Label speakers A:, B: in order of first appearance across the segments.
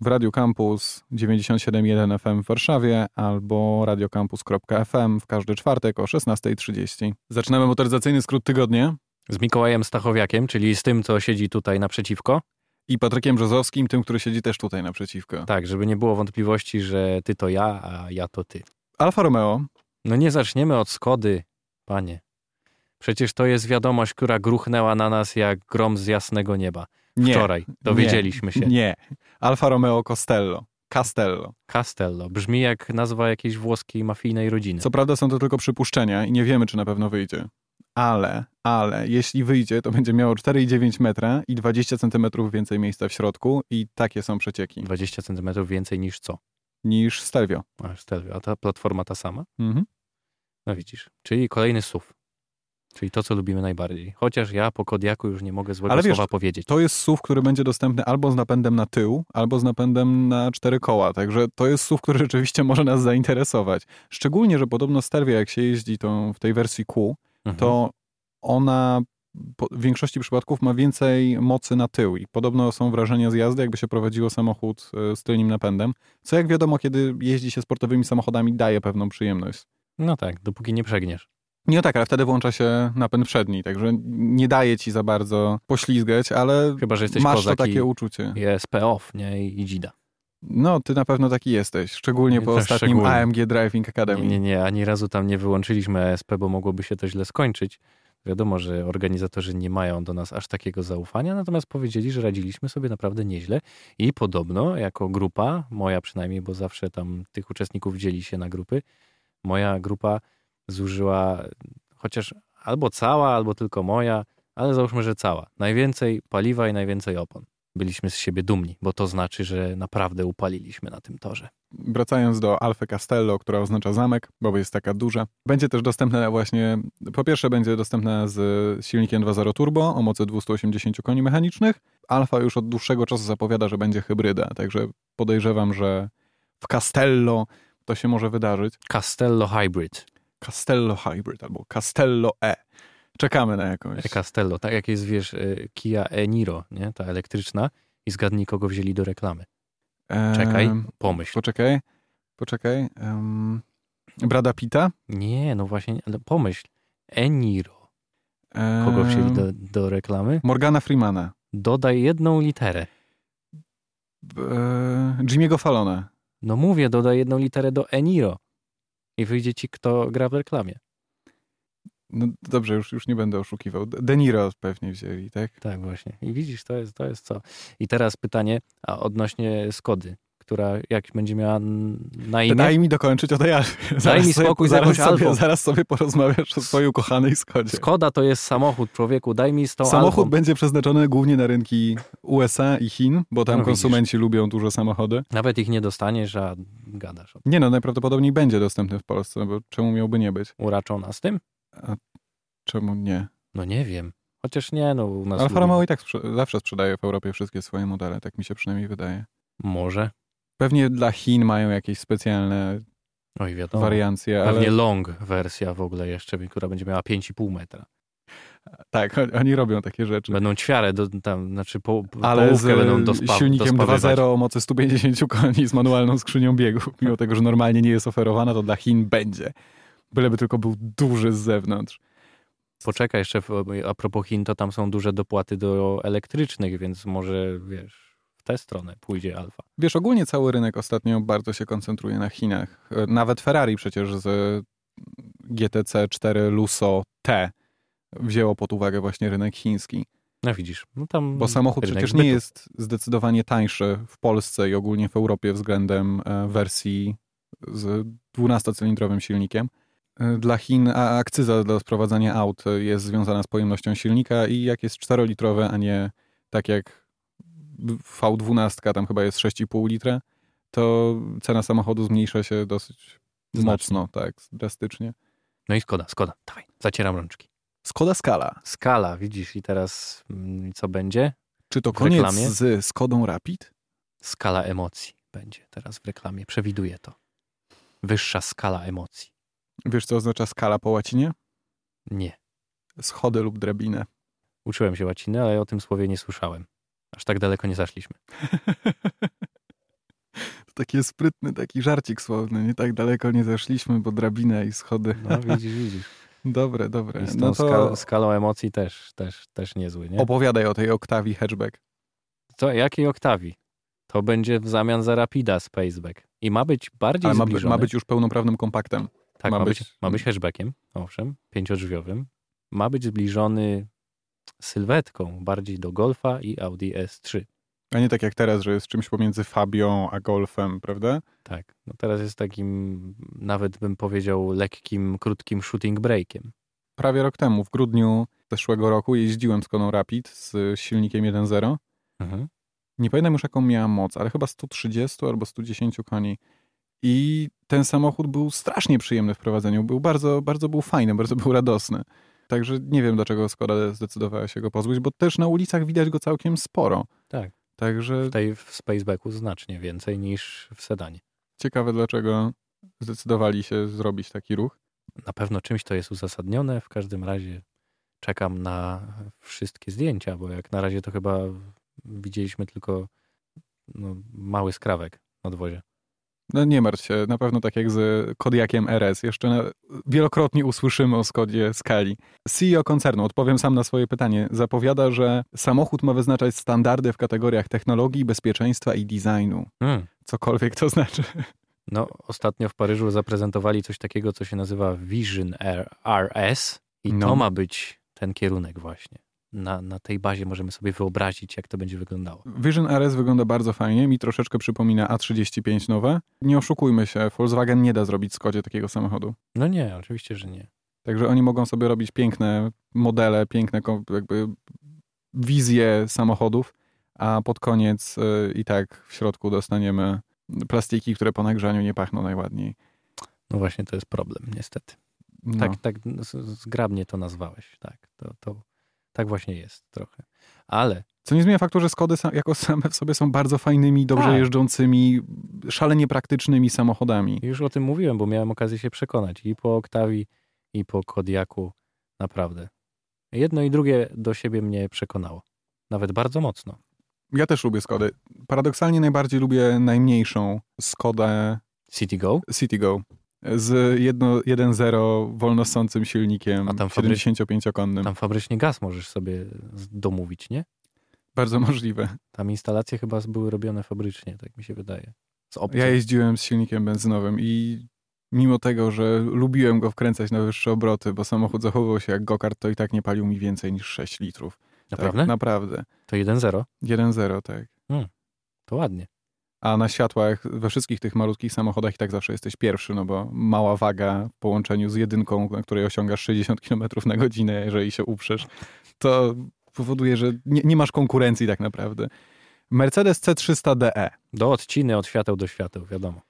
A: w Radio Campus 97.1 FM w Warszawie albo radiocampus.fm w każdy czwartek o 16.30. Zaczynamy motoryzacyjny skrót tygodnia
B: Z Mikołajem Stachowiakiem, czyli z tym, co siedzi tutaj naprzeciwko.
A: i Patrykiem Brzozowskim, tym, który siedzi też tutaj naprzeciwko.
B: Tak, żeby nie było wątpliwości, że ty to ja, a ja to ty.
A: Alfa Romeo,
B: No nie zaczniemy od Skody, panie. Przecież to jest wiadomość, która gruchnęła na nas jak grom z jasnego nieba.
A: nie,
B: Wczoraj dowiedzieliśmy się.
A: nie. Alfa Romeo Costello, Castello.
B: Castello. Brzmi jak nazwa jakiejś włoskiej mafijnej rodziny.
A: Co prawda są to tylko przypuszczenia i nie wiemy, czy na pewno wyjdzie. Ale, ale, jeśli wyjdzie, to będzie miało 4,9 metra i 20 centymetrów więcej miejsca w środku i takie są przecieki
B: 20 centymetrów więcej niż co?
A: niż Stelvio.
B: A, Stelvio, a ta platforma ta sama?
A: Mhm.
B: No widzisz. Czyli kolejny SUV. Czyli to, co lubimy najbardziej. Chociaż ja po Kodiaku już nie mogę złego
A: Ale wiesz,
B: słowa powiedzieć.
A: To jest SUV, który będzie dostępny albo z napędem na tył, albo z napędem na cztery koła. Także to jest SUV, który rzeczywiście może nas zainteresować. Szczególnie, że podobno Stelvia, jak się jeździ tą, w tej wersji Q,
B: Mhm.
A: to ona po, w większości przypadków ma więcej mocy na tył i podobno są wrażenia z jazdy, jakby się prowadziło samochód e, z tylnym napędem, co jak wiadomo, kiedy jeździ się sportowymi samochodami, daje pewną przyjemność.
B: No tak, dopóki nie przegniesz.
A: Nie tak, ale wtedy włącza się napęd przedni, także nie daje ci za bardzo poślizgać, ale
B: Chyba, że jesteś
A: masz to
B: kozak
A: takie
B: i
A: uczucie.
B: jest off nie? I, i dzida.
A: No, ty na pewno taki jesteś, szczególnie po
B: Też
A: ostatnim
B: szczególnie.
A: AMG Driving Academy.
B: Nie, nie, nie, ani razu tam nie wyłączyliśmy ESP, bo mogłoby się to źle skończyć. Wiadomo, że organizatorzy nie mają do nas aż takiego zaufania, natomiast powiedzieli, że radziliśmy sobie naprawdę nieźle i podobno jako grupa, moja przynajmniej, bo zawsze tam tych uczestników dzieli się na grupy, moja grupa zużyła chociaż albo cała, albo tylko moja, ale załóżmy, że cała. Najwięcej paliwa i najwięcej opon. Byliśmy z siebie dumni, bo to znaczy, że naprawdę upaliliśmy na tym torze.
A: Wracając do Alfy Castello, która oznacza zamek, bo jest taka duża. Będzie też dostępna właśnie, po pierwsze będzie dostępna z silnikiem 2.0 turbo o mocy 280 koni mechanicznych. Alfa już od dłuższego czasu zapowiada, że będzie hybryda, także podejrzewam, że w Castello to się może wydarzyć.
B: Castello Hybrid.
A: Castello Hybrid albo Castello E. Czekamy na jakąś.
B: Castello, tak jak jest, wiesz, y, Kia e-Niro, nie? Ta elektryczna. I zgadnij, kogo wzięli do reklamy.
A: Em,
B: Czekaj, pomyśl.
A: Poczekaj, poczekaj. Um, Brada Pita.
B: Nie, no właśnie, ale pomyśl. E-Niro. Kogo wzięli do, do reklamy?
A: Morgana Freemana.
B: Dodaj jedną literę.
A: E, Jimmy'ego Falona.
B: No mówię, dodaj jedną literę do e-Niro. I wyjdzie ci, kto gra w reklamie.
A: No dobrze, już, już nie będę oszukiwał. De Niro pewnie wzięli, tak?
B: Tak właśnie. I widzisz, to jest, to jest co. I teraz pytanie a odnośnie Skody, która jak będzie miała n- na imię...
A: Daj mi dokończyć o tej Alfie. Zaraz
B: mi
A: sobie-
B: spokój z
A: zaraz
B: jakąś
A: sobie,
B: Alfą.
A: zaraz sobie porozmawiasz o swojej ukochanej Skodzie.
B: Skoda to jest samochód, człowieku, daj mi z tą
A: Samochód
B: Alfą.
A: będzie przeznaczony głównie na rynki USA i Chin, bo tam
B: No widzisz.
A: konsumenci lubią duże samochody.
B: Nawet ich nie dostaniesz, a gadasz o
A: Nie no, najprawdopodobniej będzie dostępny w Polsce, no bo czemu miałby nie być?
B: uraczona z tym?
A: Czemu nie?
B: No nie wiem. Chociaż nie, no u nas
A: Alfa
B: lubimy.
A: Romeo i tak sprze- zawsze sprzedaje w Europie wszystkie swoje modele, tak mi się przynajmniej wydaje.
B: Może.
A: Pewnie dla Chin mają jakieś specjalne
B: Oj, No wiadomo.
A: wariancje, ale...
B: Pewnie long wersja w ogóle jeszcze, która będzie miała 5,5 metra.
A: Tak, oni- oni robią takie rzeczy.
B: Będą ćwiarę, do, tam, znaczy po,
A: Ale z
B: połówkę będą
A: e,
B: dospa-
A: silnikiem
B: dospawywać.
A: 2.0 o mocy 150 koni z manualną skrzynią biegów. Mimo tego, że normalnie nie jest oferowana, to dla Chin będzie. Byleby tylko był duży z zewnątrz.
B: Poczekaj jeszcze, w- a propos Chin, to tam są duże dopłaty do elektrycznych, więc może, wiesz, w tę stronę pójdzie alfa.
A: Wiesz, ogólnie cały rynek ostatnio bardzo się koncentruje na Chinach. E, Nawet Ferrari przecież z GTC 4 Luso T wzięło pod uwagę właśnie rynek chiński.
B: No widzisz, no tam...
A: Bo samochód
B: rynek
A: przecież
B: zbytu.
A: nie jest zdecydowanie tańszy w Polsce i ogólnie w Europie względem e, wersji z 12-cylindrowym silnikiem. E, Dla Chin a akcyza dla sprowadzania aut e, jest związana z pojemnością silnika i jak jest 4-litrowe, a nie tak jak V12, tam chyba jest 6,5 litra, to cena samochodu zmniejsza się dosyć
B: Znacznie.
A: mocno, tak, drastycznie.
B: No i Skoda, Skoda, dawaj, zacieram rączki.
A: Skoda Skala.
B: Skala, widzisz, i teraz mm, co będzie?
A: Czy to
B: W
A: koniec
B: reklamie?
A: z Skodą Rapid?
B: skala emocji będzie teraz w reklamie. Przewiduję to. Wyższa skala emocji.
A: Wiesz, co oznacza skala po łacinie?
B: Nie.
A: schody lub drabinę.
B: Uczyłem się łaciny, ale o tym słowie nie słyszałem. Aż tak daleko nie zaszliśmy.
A: taki sprytny taki żarcik słowny. Nie tak daleko nie zeszliśmy, bo drabina i schody.
B: No widzisz, widzisz.
A: Dobre, dobre.
B: I z tą
A: No
B: ska-
A: to
B: skalą emocji też, też, też niezły, nie?
A: opowiadaj o tej oktawii hatchback.
B: To jakiej oktawi? To będzie w zamian za Rapida Spaceback. I ma być bardziej
A: Ale ma, by-
B: zbliżony.
A: ma być już pełnoprawnym kompaktem.
B: tak,
A: ma
B: ma, być,
A: być-
B: ma być hatchbackiem, owszem, pięciodrzwiowym. Ma być zbliżony sylwetką bardziej do Golfa i Audi S3.
A: A nie tak jak teraz, że jest czymś pomiędzy Fabią a Golfem, prawda?
B: Tak, no teraz jest takim, nawet bym powiedział, lekkim, krótkim shooting breakiem.
A: Prawie rok temu, w grudniu zeszłego roku jeździłem z Koną Rapid z silnikiem 1.0.
B: Mhm.
A: Nie pamiętam już jaką miała moc, ale chyba 130 albo 110 koni. I ten samochód był strasznie przyjemny w prowadzeniu. Był bardzo, bardzo był fajny, bardzo był radosny. Także nie wiem, dlaczego Skoda zdecydowała się go pozbyć, bo też na ulicach widać go całkiem sporo.
B: Tak.
A: Także
B: Tutaj w Spacebacku znacznie więcej niż w sedanie.
A: ciekawe, dlaczego zdecydowali się zrobić taki ruch.
B: Na pewno czymś to jest uzasadnione. W każdym razie czekam na wszystkie zdjęcia, bo jak na razie to chyba widzieliśmy tylko no, mały skrawek na dworze.
A: No nie martw się, na pewno tak jak z Kodiakiem RS. Jeszcze na, wielokrotnie usłyszymy o Skodzie Skali. CEO koncernu, odpowiem sam na swoje pytanie, zapowiada, że samochód ma wyznaczać standardy w kategoriach technologii, bezpieczeństwa i designu.
B: Mm.
A: Cokolwiek to znaczy.
B: No, ostatnio w Paryżu zaprezentowali coś takiego, co się nazywa Vision R- RS i
A: No.
B: to ma być ten kierunek właśnie. Na, na tej bazie możemy sobie wyobrazić, jak to będzie wyglądało.
A: Vision RS wygląda bardzo fajnie, mi troszeczkę przypomina A35 nowe. Nie oszukujmy się, Volkswagen nie da zrobić Skodzie takiego samochodu.
B: No nie, oczywiście, że nie.
A: Także oni mogą sobie robić piękne modele, piękne ko- jakby wizje samochodów, a pod koniec y, i tak w środku dostaniemy plastiki, które po nagrzaniu nie pachną najładniej.
B: No właśnie, to jest problem, niestety.
A: No.
B: Tak, tak z- zgrabnie to nazwałeś. Tak, to, to, tak właśnie jest trochę. Ale
A: Co nie zmienia faktu, że Skody sa- jako same w sobie są bardzo fajnymi, dobrze
B: Tak.
A: jeżdżącymi, szalenie praktycznymi samochodami.
B: już o tym mówiłem, bo miałem okazję się przekonać i po Oktawi, i po Kodiaku. Naprawdę. Jedno i drugie do siebie mnie przekonało. Nawet bardzo mocno.
A: Ja też lubię Skody. Paradoksalnie najbardziej lubię najmniejszą Skodę
B: City Go?
A: Citigo z jedno- 1.0 wolnosącym silnikiem
B: A tam fabry-
A: 75-konnym.
B: Tam fabrycznie gaz możesz sobie z- domówić, nie?
A: Bardzo możliwe.
B: Tam instalacje chyba były robione fabrycznie, tak mi się wydaje. Z opcji.
A: Ja jeździłem z silnikiem benzynowym i mimo tego, że lubiłem go wkręcać na wyższe obroty, bo samochód zachowywał się jak gokart, to i tak nie palił mi więcej niż 6 litrów.
B: Naprawdę?
A: Tak, naprawdę.
B: To 1-0?
A: 1.0, tak.
B: To ładnie.
A: A na światłach we wszystkich tych malutkich samochodach i tak zawsze jesteś pierwszy, no bo mała waga w połączeniu z jedynką, na której osiągasz 60 km na godzinę, jeżeli się uprzesz, to powoduje, że nie, nie masz konkurencji tak naprawdę. Mercedes C300 DE.
B: Do odciny, od świateł do świateł, wiadomo.
A: E.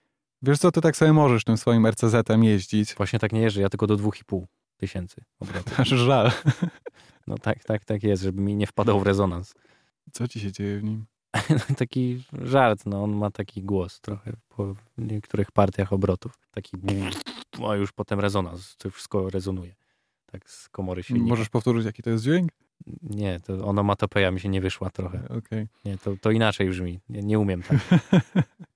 A: Wiesz co, ty tak sobie możesz tym swoim RCZ-em jeździć.
B: Właśnie tak nie jeżdżę, ja tylko do 2,5 tysięcy obrotów.
A: Aż żal.
B: No tak, tak, tak jest, żeby mi nie wpadał w rezonans.
A: Co ci się dzieje w nim?
B: taki żart, no on ma taki głos trochę po niektórych partiach obrotów. Taki brrr, a już potem rezonans, to wszystko rezonuje. Tak z komory silnika.
A: Możesz powtórzyć, jaki to jest dźwięk?
B: Nie, to onomatopeja mi się nie wyszła trochę.
A: Okej.
B: Nie, to, to inaczej brzmi. Nie, nie umiem tak.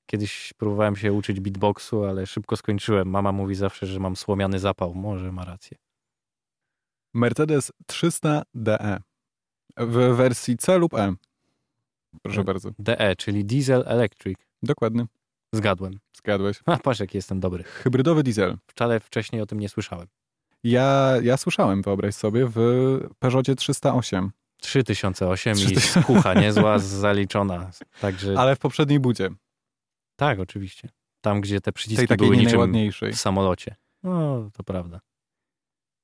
B: Kiedyś próbowałem się uczyć beatboxu, ale szybko skończyłem. Mama mówi zawsze, że mam słomiany zapał. Może ma rację.
A: Mercedes 300 DE. W wersji C lub E. Proszę
B: E.
A: bardzo.
B: DE, czyli Diesel Electric.
A: Dokładnie.
B: Zgadłem.
A: Zgadłeś.
B: A, patrz, jak jestem dobry.
A: Hybrydowy diesel.
B: Wcale wcześniej o tym nie słyszałem.
A: Ja, ja słyszałem, wyobraź sobie, w Peugeotie 308,
B: 3008 i
A: 3000.
B: skucha niezła, zaliczona. Także
A: ale w poprzedniej budzie,
B: tak, oczywiście. Tam, gdzie te przyciski
A: tej takiej
B: były
A: nie
B: niczym
A: najładniejszej.
B: w samolocie. No, to prawda.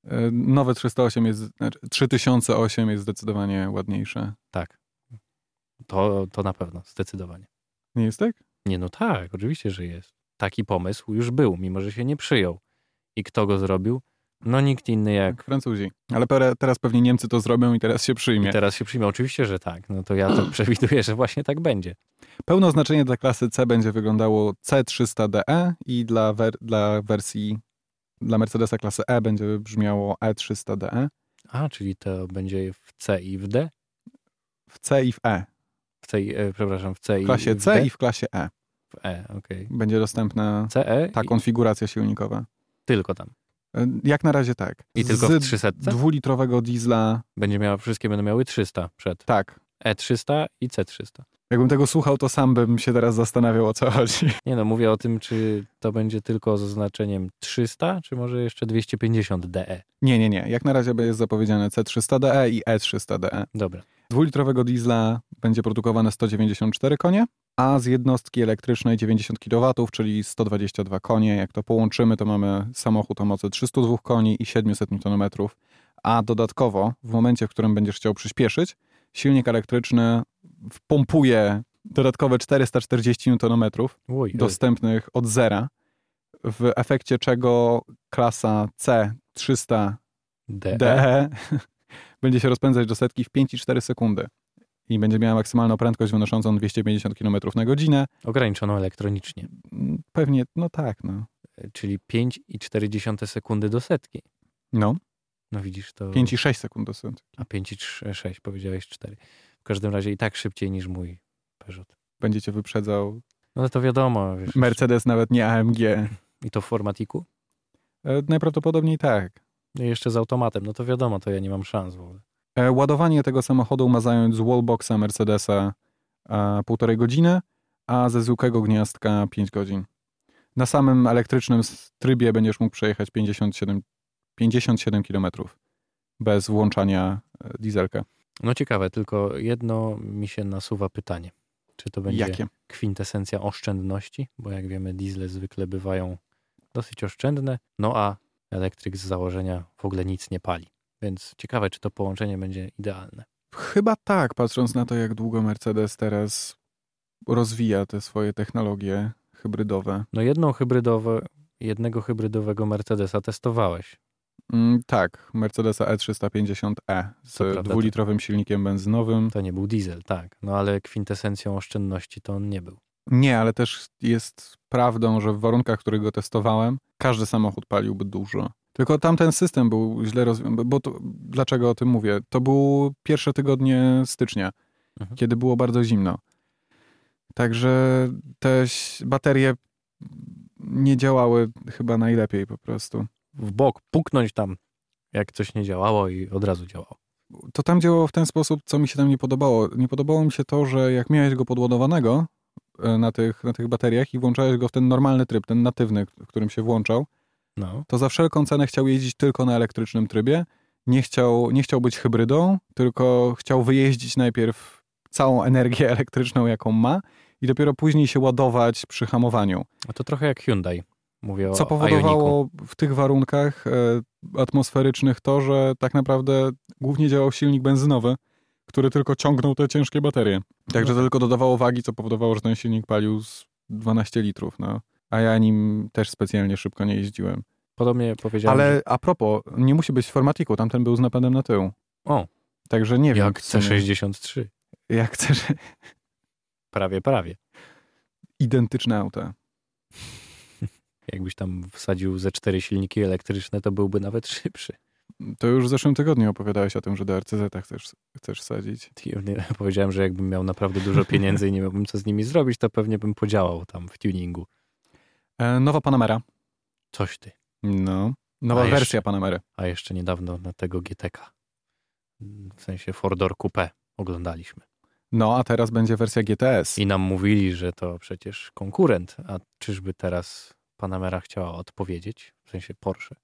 A: E, Nowe 308 jest, znaczy 3008 jest zdecydowanie ładniejsze.
B: Tak. To, to na pewno, zdecydowanie.
A: Nie jest tak?
B: Nie, no tak, oczywiście, że jest. Taki pomysł już był, mimo że się nie przyjął. I kto go zrobił? No nikt inny jak...
A: Francuzi. Ale pere- teraz pewnie Niemcy to zrobią i teraz się
B: I
A: przyjmie.
B: teraz się przyjmie. Oczywiście, że tak. No to ja to przewiduję, że właśnie tak będzie.
A: Pełno znaczenie dla klasy C będzie wyglądało C300DE E i dla, wer- dla wersji dla Mercedesa klasy E będzie brzmiało E E300DE
B: A, czyli to będzie w C i w D?
A: w C i w E.
B: W C i, e, przepraszam, w C
A: W
B: i
A: klasie
B: w
A: C
B: D?
A: i w klasie E.
B: W E, okej.
A: Będzie dostępna
B: CE
A: ta
B: i
A: konfiguracja silnikowa.
B: tylko tam.
A: E, Jak na razie tak.
B: I tylko w
A: Z
B: 300
A: dwulitrowego diesla,
B: będzie miała, wszystkie będą miały 300 przed.
A: tak.
B: E300 i C300.
A: Jakbym tego słuchał, to sam bym się teraz zastanawiał, o co chodzi.
B: Nie no, mówię o tym, czy to będzie tylko z oznaczeniem 300, czy może jeszcze 250 DE.
A: Nie, nie, nie. Jak na razie jest zapowiedziane C300DE E i E300DE.
B: Dobra.
A: Dwulitrowego diesla będzie produkowane 194 konie, a z jednostki elektrycznej 90 kW, czyli 122 konie. Jak to połączymy, to mamy samochód o mocy 302 koni i 700 Nm. A dodatkowo, w momencie, w którym będziesz chciał przyspieszyć, silnik elektryczny wpompuje dodatkowe 440 Nm
B: Oj, oj.
A: dostępnych od zera, w efekcie czego klasa C 300
B: DE.
A: DE będzie się rozpędzać do setki w 5,4 sekundy i będzie miała maksymalną prędkość wynoszącą 250 km na godzinę.
B: Ograniczoną elektronicznie,
A: Mm, Pewnie, no tak, no.
B: e, czyli 5,4 sekundy do setki.
A: No,
B: No widzisz, to...
A: 5,6 sekund do setki.
B: A 5,6 powiedziałeś 4. W każdym razie i tak szybciej niż mój Peugeot.
A: Będzie cię wyprzedzał
B: No ale to wiadomo. Wiesz,
A: Mercedes, nawet nie AMG.
B: I to w formatiku?
A: E, Najprawdopodobniej tak.
B: No i Jeszcze z automatem. No to wiadomo, to ja nie mam szans w ogóle.
A: E, Ładowanie tego samochodu ma zająć z wallboxa Mercedesa e, półtorej godziny, a ze zwykłego gniazdka 5 godzin. Na samym elektrycznym s- trybie będziesz mógł przejechać 57, 57 km bez włączania e, dieselka.
B: No ciekawe, tylko jedno mi się nasuwa pytanie. Czy to będzie
A: Jakie?
B: kwintesencja oszczędności? Bo jak wiemy, diesle zwykle bywają dosyć oszczędne, no a elektryk z założenia w ogóle nic nie pali. Więc ciekawe, czy to połączenie będzie idealne.
A: Chyba tak, patrząc na to, jak długo Mercedes teraz rozwija te swoje technologie hybrydowe.
B: No jedną hybrydowe, jednego hybrydowego Mercedesa testowałeś.
A: Mm, tak, Mercedesa E350e
B: To prawda,
A: E
B: tak.
A: z
B: to-
A: dwulitrowym silnikiem benzynowym.
B: To nie był diesel, tak. No ale kwintesencją oszczędności to on nie był.
A: Nie, ale też jest prawdą, że w warunkach, w których go testowałem, każdy samochód paliłby dużo. Tylko tamten system był źle rozwiązany, bo to, dlaczego o tym mówię? To było pierwsze tygodnie stycznia,
B: Mhm.
A: kiedy było bardzo zimno. Także te ś- baterie nie działały chyba najlepiej po prostu.
B: W bok, puknąć tam, jak coś nie działało i od razu działało.
A: To tam działało w ten sposób, co mi się tam nie podobało. Nie podobało mi się to, że jak miałeś go podładowanego e, na tych, na tych bateriach i włączałeś go w ten normalny tryb, ten natywny, w którym się włączał,
B: No,
A: to za wszelką cenę chciał jeździć tylko na elektrycznym trybie. Nie chciał, nie chciał być hybrydą, tylko chciał wyjeździć najpierw całą energię elektryczną, jaką ma, i dopiero później się ładować przy hamowaniu.
B: a to trochę jak Hyundai. Mówię o
A: Co
B: Ioniqu.
A: powodowało w tych warunkach e, atmosferycznych to, że tak naprawdę głównie działał silnik benzynowy, który tylko ciągnął te ciężkie baterie. Także to tylko dodawało wagi, co powodowało, że ten silnik palił z 12 litrów. No. A ja nim też specjalnie szybko nie jeździłem.
B: Podobnie powiedziałem,
A: Ale
B: że
A: a propos, nie musi być w formatiku, tamten był z napędem na tył.
B: O.
A: Także nie wiem.
B: jak
A: w sumie,
B: C63.
A: Jak chcesz.
B: Prawie, prawie.
A: Identyczne auta.
B: Jakbyś tam wsadził ze cztery silniki elektryczne, to byłby nawet szybszy.
A: To już w zeszłym tygodniu opowiadałeś o tym, że do RCZ chcesz, chcesz sadzić.
B: Tuning- Powiedziałem, że jakbym miał naprawdę dużo pieniędzy i nie miałbym co z nimi zrobić, to pewnie bym podziałał tam w tuningu.
A: E, nowa Panamera.
B: Coś ty.
A: No.
B: A
A: Nowa
B: jeszcze-
A: wersja Panamery.
B: A jeszcze niedawno na tego GTK, w sensie Fordor Coupé oglądaliśmy.
A: No, a teraz będzie wersja GTS.
B: I nam mówili, że to przecież konkurent. A czyżby teraz Panamera chciała odpowiedzieć? W sensie Porsche.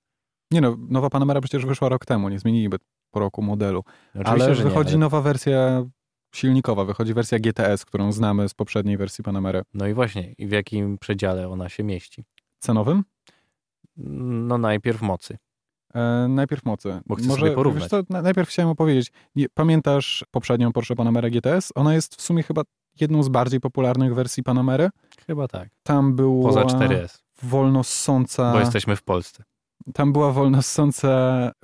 A: Nie no, nowa Panamera przecież wyszła rok temu, nie zmieniliby po roku modelu.
B: Oczywiście,
A: Ale
B: że nie,
A: wychodzi
B: ale...
A: nowa wersja silnikowa, wychodzi wersja GTS, którą znamy z poprzedniej wersji Panamery.
B: No i właśnie, i w jakim przedziale ona się mieści?
A: Cenowym?
B: No najpierw mocy.
A: E, najpierw mocy.
B: Bo chcę sobie porównać.
A: Wiesz co, na, najpierw chciałem opowiedzieć. Nie, pamiętasz poprzednią Porsche Panamera GTS? Ona jest w sumie chyba jedną z bardziej popularnych wersji Panamery.
B: Chyba tak.
A: Tam była
B: Poza 4S,
A: wolnossąca...
B: bo jesteśmy w Polsce.
A: Tam była wolnossąca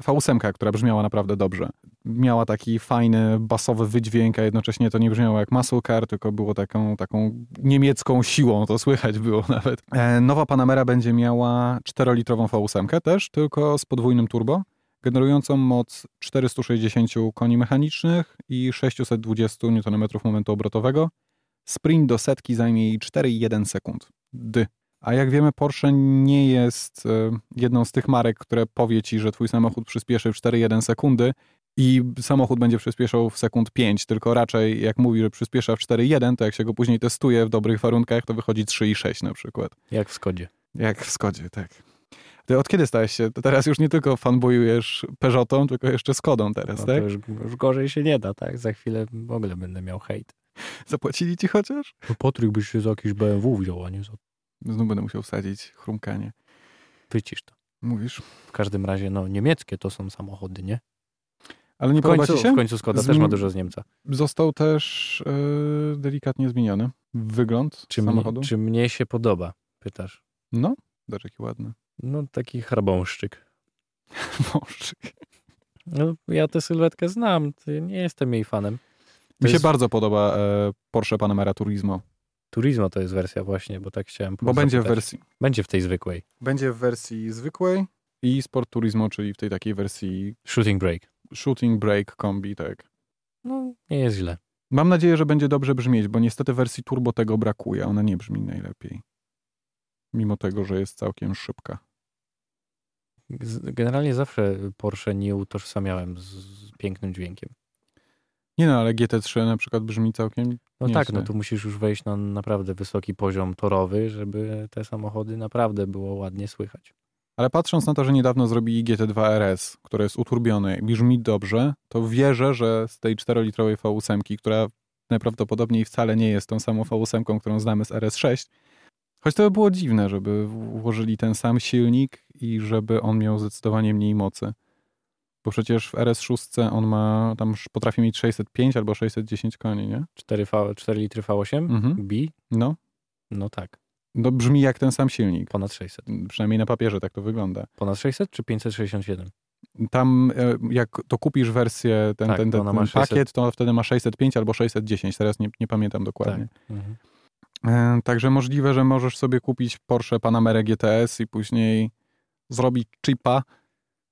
A: V8, która brzmiała naprawdę dobrze. Miała taki fajny, basowy wydźwięk, a jednocześnie to nie brzmiało jak muscle car, tylko było taką, taką niemiecką siłą, to słychać było nawet. E, nowa Panamera będzie miała 4-litrową V8 też, tylko z podwójnym turbo, generującą moc 460 koni mechanicznych i 620 Nm momentu obrotowego, Sprint do setki zajmie jej 4,1 sekund. D. A jak wiemy, Porsche nie jest e, jedną z tych marek, które powie ci, że twój samochód przyspieszy w 4,1 sekundy i samochód będzie przyspieszał w sekund 5, tylko raczej jak mówi, że przyspiesza w 4,1, to jak się go później testuje w dobrych warunkach, to wychodzi 3,6 na przykład.
B: Jak w Skodzie.
A: Jak w Skodzie, tak. Ty od kiedy stałeś się, to teraz już nie tylko fanbujujesz Peugeotą, tylko jeszcze Skodą teraz,
B: No to
A: tak?
B: już, już gorzej się nie da, tak? Za chwilę w ogóle będę miał hejt.
A: Zapłacili ci chociaż?
B: No Patryk byś się za jakiś BMW wziął, a nie za...
A: Znów będę musiał wsadzić chrumkanie.
B: Wycisz to.
A: Mówisz?
B: W każdym razie, no niemieckie to są samochody, nie?
A: Ale nie
B: W końcu,
A: podoba ci się?
B: w końcu Skoda
A: Z
B: też ma
A: nim-
B: dużo z Niemca.
A: Został też e, delikatnie zmieniony wygląd
B: Czy, mnie,
A: samochodu.
B: czy mnie się podoba? Pytasz.
A: No, zobacz jaki ładny.
B: No taki charbąszczyk.
A: Wążczyk.
B: No ja tę sylwetkę znam, ty- nie jestem jej fanem. To
A: Mi się
B: jest-
A: bardzo podoba e, Porsche Panamera Turismo,
B: Turismo to jest wersja właśnie, bo tak chciałem
A: bo będzie w
B: zapytać.
A: wersji
B: Będzie w tej zwykłej.
A: będzie w wersji zwykłej i Sport Turismo, czyli w tej takiej wersji
B: Shooting Break.
A: Shooting Break Kombi, tak.
B: No nie jest źle.
A: Mam nadzieję, że będzie dobrze brzmieć, bo niestety wersji turbo tego brakuje. Ona nie brzmi najlepiej. Mimo tego, że jest całkiem szybka.
B: Z- Generalnie zawsze Porsche nie utożsamiałem z- z pięknym dźwiękiem.
A: Nie no, ale GT3 na przykład brzmi całkiem...
B: No
A: Nie
B: tak,
A: źle.
B: no tu musisz już wejść na naprawdę wysoki poziom torowy, żeby te samochody naprawdę było ładnie słychać.
A: Ale patrząc na to, że niedawno zrobili GT2 RS, które jest uturbione i brzmi dobrze, to wierzę, że z tej 4-litrowej V8, która najprawdopodobniej wcale nie jest tą samą V8, którą znamy z RS6, choć to by było dziwne, żeby włożyli ten sam silnik i żeby on miał zdecydowanie mniej mocy. Bo przecież w RS6 on ma, tam sz- potrafi mieć 605 albo 610 koni, nie?
B: 4, v, 4 litry V8?
A: Mhm.
B: B?
A: No,
B: No tak,
A: no brzmi jak ten sam silnik.
B: ponad 600.
A: Przynajmniej na papierze tak to wygląda.
B: Ponad 600 czy 567?
A: Tam e, jak to kupisz wersję, ten,
B: Tak,
A: ten,
B: to
A: ten,
B: ona
A: ten
B: ma 600.
A: pakiet, to wtedy ma 605 albo 610, teraz nie, nie pamiętam dokładnie.
B: Tak. Mhm.
A: E, Także możliwe, że możesz sobie kupić Porsche Panamera GTS i później zrobić chipa,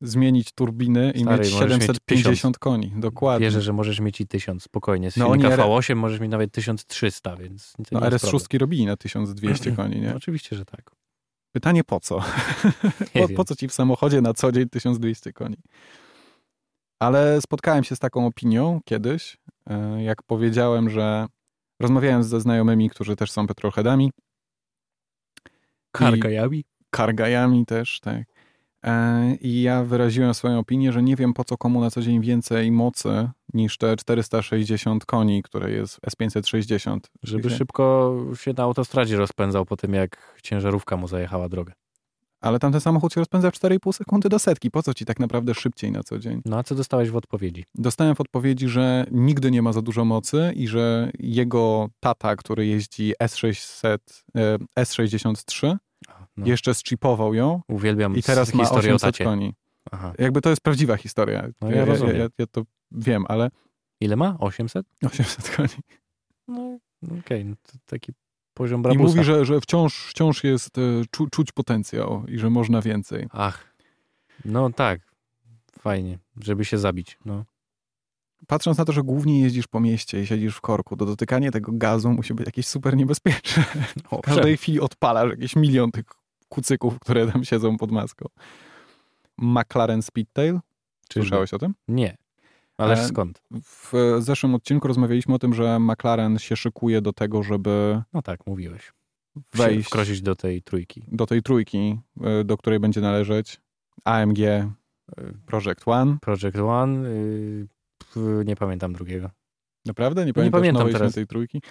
A: zmienić turbiny i
B: Stary,
A: mieć
B: możesz mieć
A: 750 koni. Dokładnie.
B: Wierzę, że możesz mieć i 1000 spokojnie. Z
A: No
B: silnika
A: oni R-
B: V8 możesz mieć nawet 1300, więc to
A: no,
B: nie jest problem.
A: RS6 robili na 1200 koni, nie?
B: Oczywiście, że tak.
A: Pytanie po co?
B: Nie
A: Po,
B: wiem.
A: po co ci w samochodzie na co dzień 1200 koni? Ale spotkałem się z taką opinią kiedyś, e, jak powiedziałem, że rozmawiałem ze znajomymi, którzy też są petrolheadami,
B: Karkajami?
A: kargajami też, tak. E, I ja wyraziłem swoją opinię, że nie wiem po co komu na co dzień więcej mocy niż te 460 koni, które jest w S560.
B: Żeby
A: Wiecie?
B: szybko się na autostradzie rozpędzał po tym, jak ciężarówka mu zajechała drogę.
A: Ale tamten samochód się rozpędza w 4,5 sekundy do setki. Po co ci tak naprawdę szybciej na co dzień?
B: No a co dostałeś w odpowiedzi?
A: Dostałem w odpowiedzi, że nigdy nie ma za dużo mocy i że jego tata, który jeździ S600, e, S63,
B: A, No,
A: jeszcze zchipował ją
B: uwielbiam
A: i teraz ma
B: historię o
A: 800
B: tacie.
A: koni.
B: Aha.
A: Jakby to jest prawdziwa historia.
B: No ja rozumiem.
A: Ja, ja, ja to wiem, ale
B: Ile ma? 800?
A: 800 koni.
B: No okej, no to taki poziom
A: I
B: brabusa.
A: mówi, że, że wciąż, wciąż jest e, czu, czuć potencjał i że można więcej.
B: Ach, no tak, fajnie, żeby się zabić. No.
A: Patrząc na to, że głównie jeździsz po mieście i siedzisz w korku, to dotykanie tego gazu musi być jakieś super niebezpieczne.
B: O,
A: W każdej chwili odpalasz jakiś milion tych kucyków, które tam siedzą pod maską. McLaren Speedtail? Słyszałeś o tym?
B: Nie, ależ
A: E,
B: skąd?
A: W e, zeszłym odcinku rozmawialiśmy o tym, że McLaren się szykuje do tego, żeby
B: No tak, mówiłeś. Wejść.
A: wejść
B: Wkroczyć do tej trójki.
A: do tej trójki, e, do której będzie należeć AMG e, Project One.
B: Project One, y, p- nie pamiętam drugiego.
A: Naprawdę? Nie pamiętam,
B: pamiętam
A: nowej
B: teraz.
A: świętej trójki.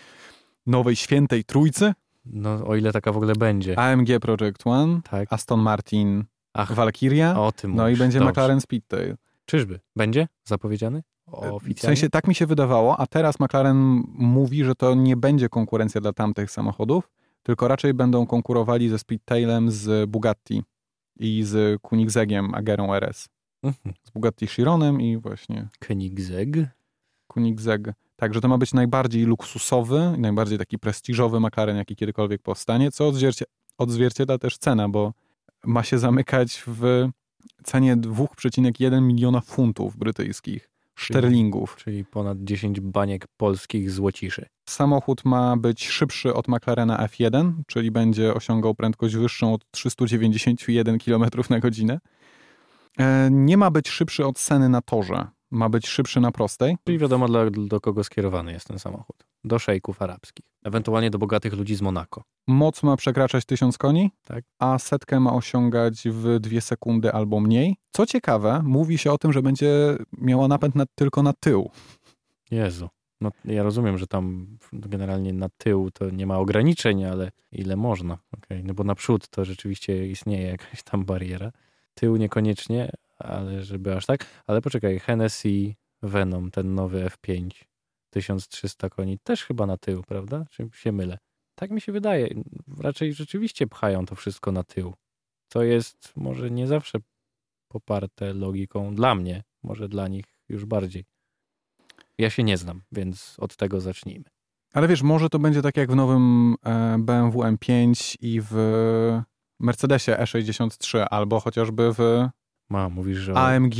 A: Nowej świętej trójcy?
B: No o ile taka w ogóle będzie.
A: AMG Project One,
B: tak,
A: Aston Martin
B: ach,
A: Valkyria,
B: o tym
A: no i
B: mówisz,
A: będzie
B: dobrze.
A: McLaren Speedtail.
B: Czyżby? Będzie zapowiedziany?
A: W
B: Oficjalnie?
A: sensie tak mi się wydawało, a teraz McLaren mówi, że to nie będzie konkurencja dla tamtych samochodów, tylko raczej będą konkurowali ze Speedtailem z Bugatti i z Koenigseggiem Agerą RS.
B: Mhm.
A: Z Bugatti Chironem i właśnie
B: Koenigsegg?
A: Koenigsegg. Także to ma być najbardziej luksusowy i najbardziej taki prestiżowy McLaren, jaki kiedykolwiek powstanie, co odzwierci- odzwierciedla też cena, bo ma się zamykać w cenie 2,1 miliona funtów brytyjskich. szterlingów.
B: Czyli ponad 10 baniek polskich złociszy.
A: Samochód ma być szybszy od McLarena F1, czyli będzie osiągał prędkość wyższą od 391 km na godzinę. E, Nie ma być szybszy od Seny na torze. Ma być szybszy na prostej.
B: Czyli wiadomo, dla, do kogo skierowany jest ten samochód. Do szejków arabskich. Ewentualnie do bogatych ludzi z Monako.
A: Moc ma przekraczać 1000 koni,
B: Tak.
A: a setkę ma osiągać w 2 sekundy albo mniej. Co ciekawe, mówi się o tym, że będzie miała napęd na, tylko na tył.
B: Jezu. No, ja rozumiem, że tam generalnie na tył to nie ma ograniczeń, ale ile można. Okej, No bo naprzód to rzeczywiście istnieje jakaś tam bariera. Tył niekoniecznie, ale żeby aż tak. Ale poczekaj, Hennessy Venom, ten nowy F5, 1300 koni, też chyba na tył, prawda? Czy się mylę? Tak mi się wydaje. Raczej rzeczywiście pchają to wszystko na tył. To jest może nie zawsze poparte logiką dla mnie, może dla nich już bardziej. Ja się nie znam, więc od tego zacznijmy.
A: Ale wiesz, może to będzie tak jak w nowym e, BMW M5 i w Mercedesie E63, albo chociażby w
B: Ma, mówisz, że o
A: AMG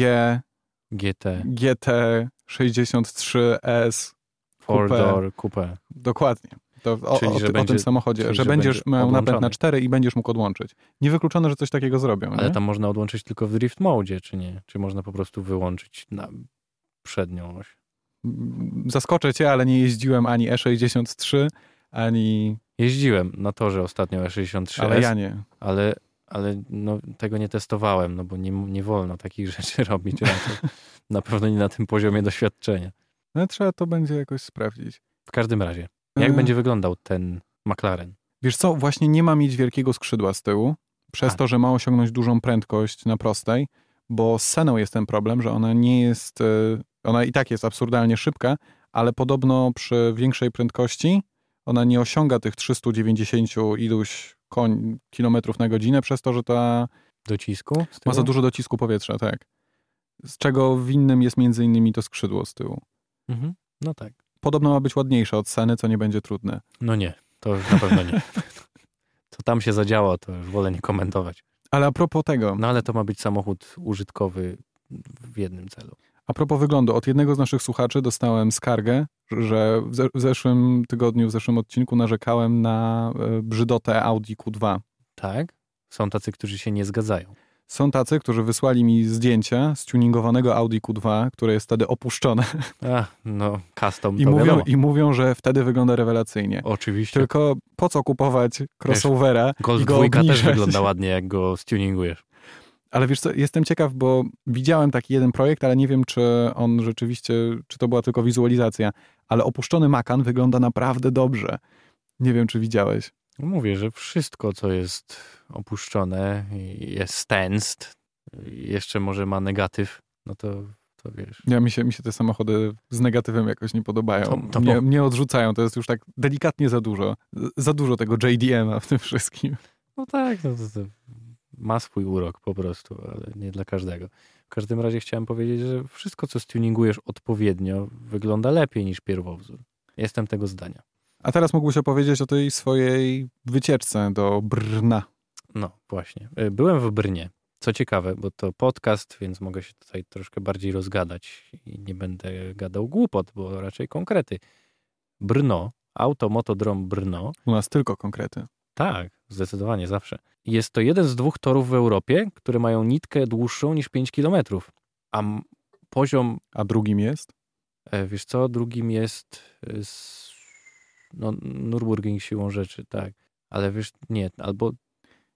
B: GT,
A: GT63S.
B: four
A: Coupe.
B: door, coupe.
A: Dokładnie. To o,
B: Czyli,
A: o,
B: że
A: ty- o
B: będzie-
A: tym samochodzie,
B: czyli,
A: że,
B: że
A: będziesz
B: będzie
A: miał napęd na
B: odłączony.
A: 4 i będziesz mógł odłączyć. Niewykluczone, że coś takiego zrobią.
B: Ale
A: No nie?
B: tam można odłączyć tylko w drift mode, czy nie? Czy można po prostu wyłączyć na przednią oś?
A: Mm, Zaskoczę cię, ale nie jeździłem ani E63, ani.
B: Jeździłem na torze ostatnio E E63,
A: Ale
B: ale,
A: ja nie.
B: ale, ale no, tego nie testowałem, no bo nie, nie wolno takich rzeczy robić. raczej. na pewno nie na tym poziomie doświadczenia.
A: No, trzeba to będzie jakoś sprawdzić.
B: W każdym razie, jak
A: E,
B: będzie wyglądał ten McLaren?
A: Wiesz co, właśnie nie ma mieć wielkiego skrzydła z tyłu, przez
B: A.
A: to, że ma osiągnąć dużą prędkość na prostej, bo z Seną jest ten problem, że ona nie jest, y, ona i tak jest absurdalnie szybka, ale podobno przy większej prędkości ona nie osiąga tych 390 iluś koń, kilometrów na godzinę, przez to, że ta
B: Docisku? z
A: ma za
B: tyłu?
A: dużo docisku powietrza, tak. Z czego winnym jest między innymi to skrzydło z tyłu.
B: Mhm. No tak.
A: Podobno ma być ładniejsza od Seny, co nie będzie trudne.
B: No nie, to już na pewno nie. Co tam się zadziało, to już wolę nie komentować.
A: Ale a propos tego,
B: No ale to ma być samochód użytkowy w jednym celu.
A: A propos wyglądu, od jednego z naszych słuchaczy dostałem skargę, że w ze- w zeszłym tygodniu, w zeszłym odcinku narzekałem na e, brzydotę Audi Q2.
B: Tak? Są tacy, którzy się nie zgadzają.
A: Są tacy, którzy wysłali mi zdjęcia z tuningowanego Audi Q2, które jest wtedy opuszczone
B: A, no, custom
A: i
B: to
A: mówią,
B: wiadomo.
A: i mówią, że wtedy wygląda rewelacyjnie.
B: Oczywiście.
A: Tylko po co kupować crossovera i
B: Golf
A: go
B: dwójka też
A: obniżać?
B: wygląda ładnie, jak go stuningujesz.
A: Ale wiesz co, jestem ciekaw, bo widziałem taki jeden projekt, ale nie wiem, czy on rzeczywiście, czy to była tylko wizualizacja, ale opuszczony Macan wygląda naprawdę dobrze. Nie wiem, czy widziałeś.
B: Mówię, że wszystko, co jest opuszczone, jest stęst, jeszcze może ma negatyw, no to, to wiesz.
A: Ja mi się, mi się te samochody z negatywem jakoś nie podobają.
B: To- to
A: mnie,
B: po-
A: mnie odrzucają, to jest już tak delikatnie za dużo. Z- Za dużo tego JDM-a w tym wszystkim.
B: No tak, no to, to ma swój urok po prostu, ale nie dla każdego. W każdym razie chciałem powiedzieć, że wszystko, co stuningujesz odpowiednio, wygląda lepiej niż pierwowzór. Jestem tego zdania.
A: A teraz mógłbyś opowiedzieć o tej swojej wycieczce do Brna.
B: No właśnie. Y, Byłem w Brnie. Co ciekawe, bo to podcast, więc mogę się tutaj troszkę bardziej rozgadać i nie będę gadał głupot, bo raczej konkrety. Brno, automotodrom Brno,
A: U nas tylko konkrety.
B: Tak, zdecydowanie zawsze. Jest to jeden z dwóch torów w Europie, które mają nitkę dłuższą niż 5 km. A m- poziom,
A: A drugim jest?
B: e, wiesz co, drugim jest e, s- no, Nürburgring siłą rzeczy, tak. Ale wiesz, nie, albo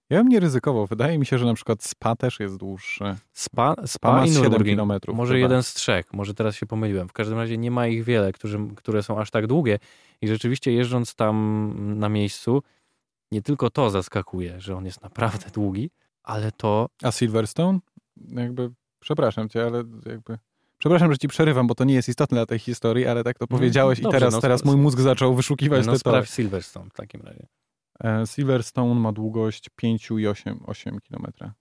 A: Ja bym nie ryzykował. Wydaje mi się, że na przykład SPA też jest dłuższy.
B: Spa,
A: Pa
B: spa
A: ma
B: i
A: 7
B: Nürburgring.
A: km.
B: Może jeden z trzech, może teraz się pomyliłem. W każdym razie nie ma ich wiele, którzy, które są aż tak długie. I rzeczywiście jeżdżąc tam na miejscu, nie tylko to zaskakuje, że on jest naprawdę długi, ale to,
A: A Silverstone? Jakby, przepraszam cię, ale jakby... Przepraszam, że ci przerywam, bo to nie jest istotne dla tej historii, ale tak to powiedziałeś i
B: dobrze,
A: teraz,
B: no,
A: teraz mój mózg zaczął wyszukiwać
B: no,
A: te tory.
B: sprawdź Silverstone w takim razie.
A: E, Silverstone ma długość 5,8 km.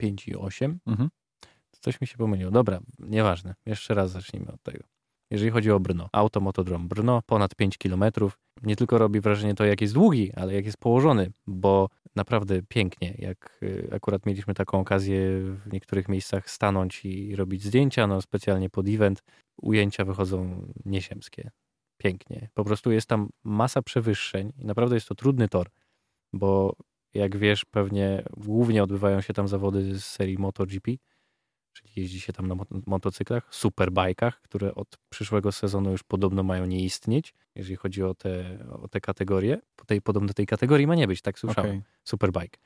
B: 5 i 8.
A: Mhm.
B: Coś mi się pomyliło. Dobra, nieważne. Jeszcze raz zacznijmy od tego. jeżeli chodzi o Brno. Automotodrom Brno, ponad 5 km. Nie tylko robi wrażenie to, jak jest długi, ale jak jest położony, bo naprawdę pięknie, jak y, akurat mieliśmy taką okazję w niektórych miejscach stanąć i robić zdjęcia, no specjalnie pod event, ujęcia wychodzą nieziemskie. Pięknie. Po prostu jest tam masa przewyższeń i naprawdę jest to trudny tor, bo jak wiesz, pewnie głównie odbywają się tam zawody z serii MotoGP, czyli jeździ się tam na mot- motocyklach, superbajkach, które od przyszłego sezonu już podobno mają nie istnieć, jeżeli chodzi o te, o te kategorie. Po tej, podobno tej kategorii ma nie być, tak słyszałem.
A: Okej.
B: Superbike.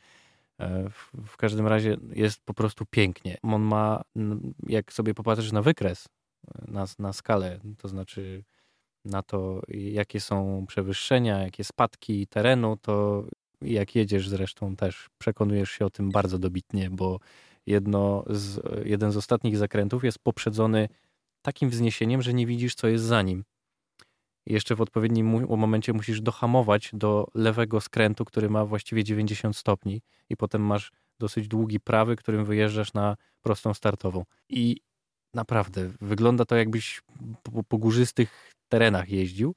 B: E, W, w każdym razie jest po prostu pięknie. On ma, n- jak sobie popatrzysz na wykres, e, na, na skalę, to znaczy na to, jakie są przewyższenia, jakie spadki terenu, to jak jedziesz zresztą też przekonujesz się o tym bardzo dobitnie, bo jedno z, jeden z ostatnich zakrętów jest poprzedzony takim wzniesieniem, że nie widzisz, co jest za nim. I Jeszcze w odpowiednim mu- momencie musisz dohamować do lewego skrętu, który ma właściwie 90 stopni, i potem masz dosyć długi prawy, którym wyjeżdżasz na prostą startową. I naprawdę wygląda to, jakbyś po, po górzystych terenach jeździł.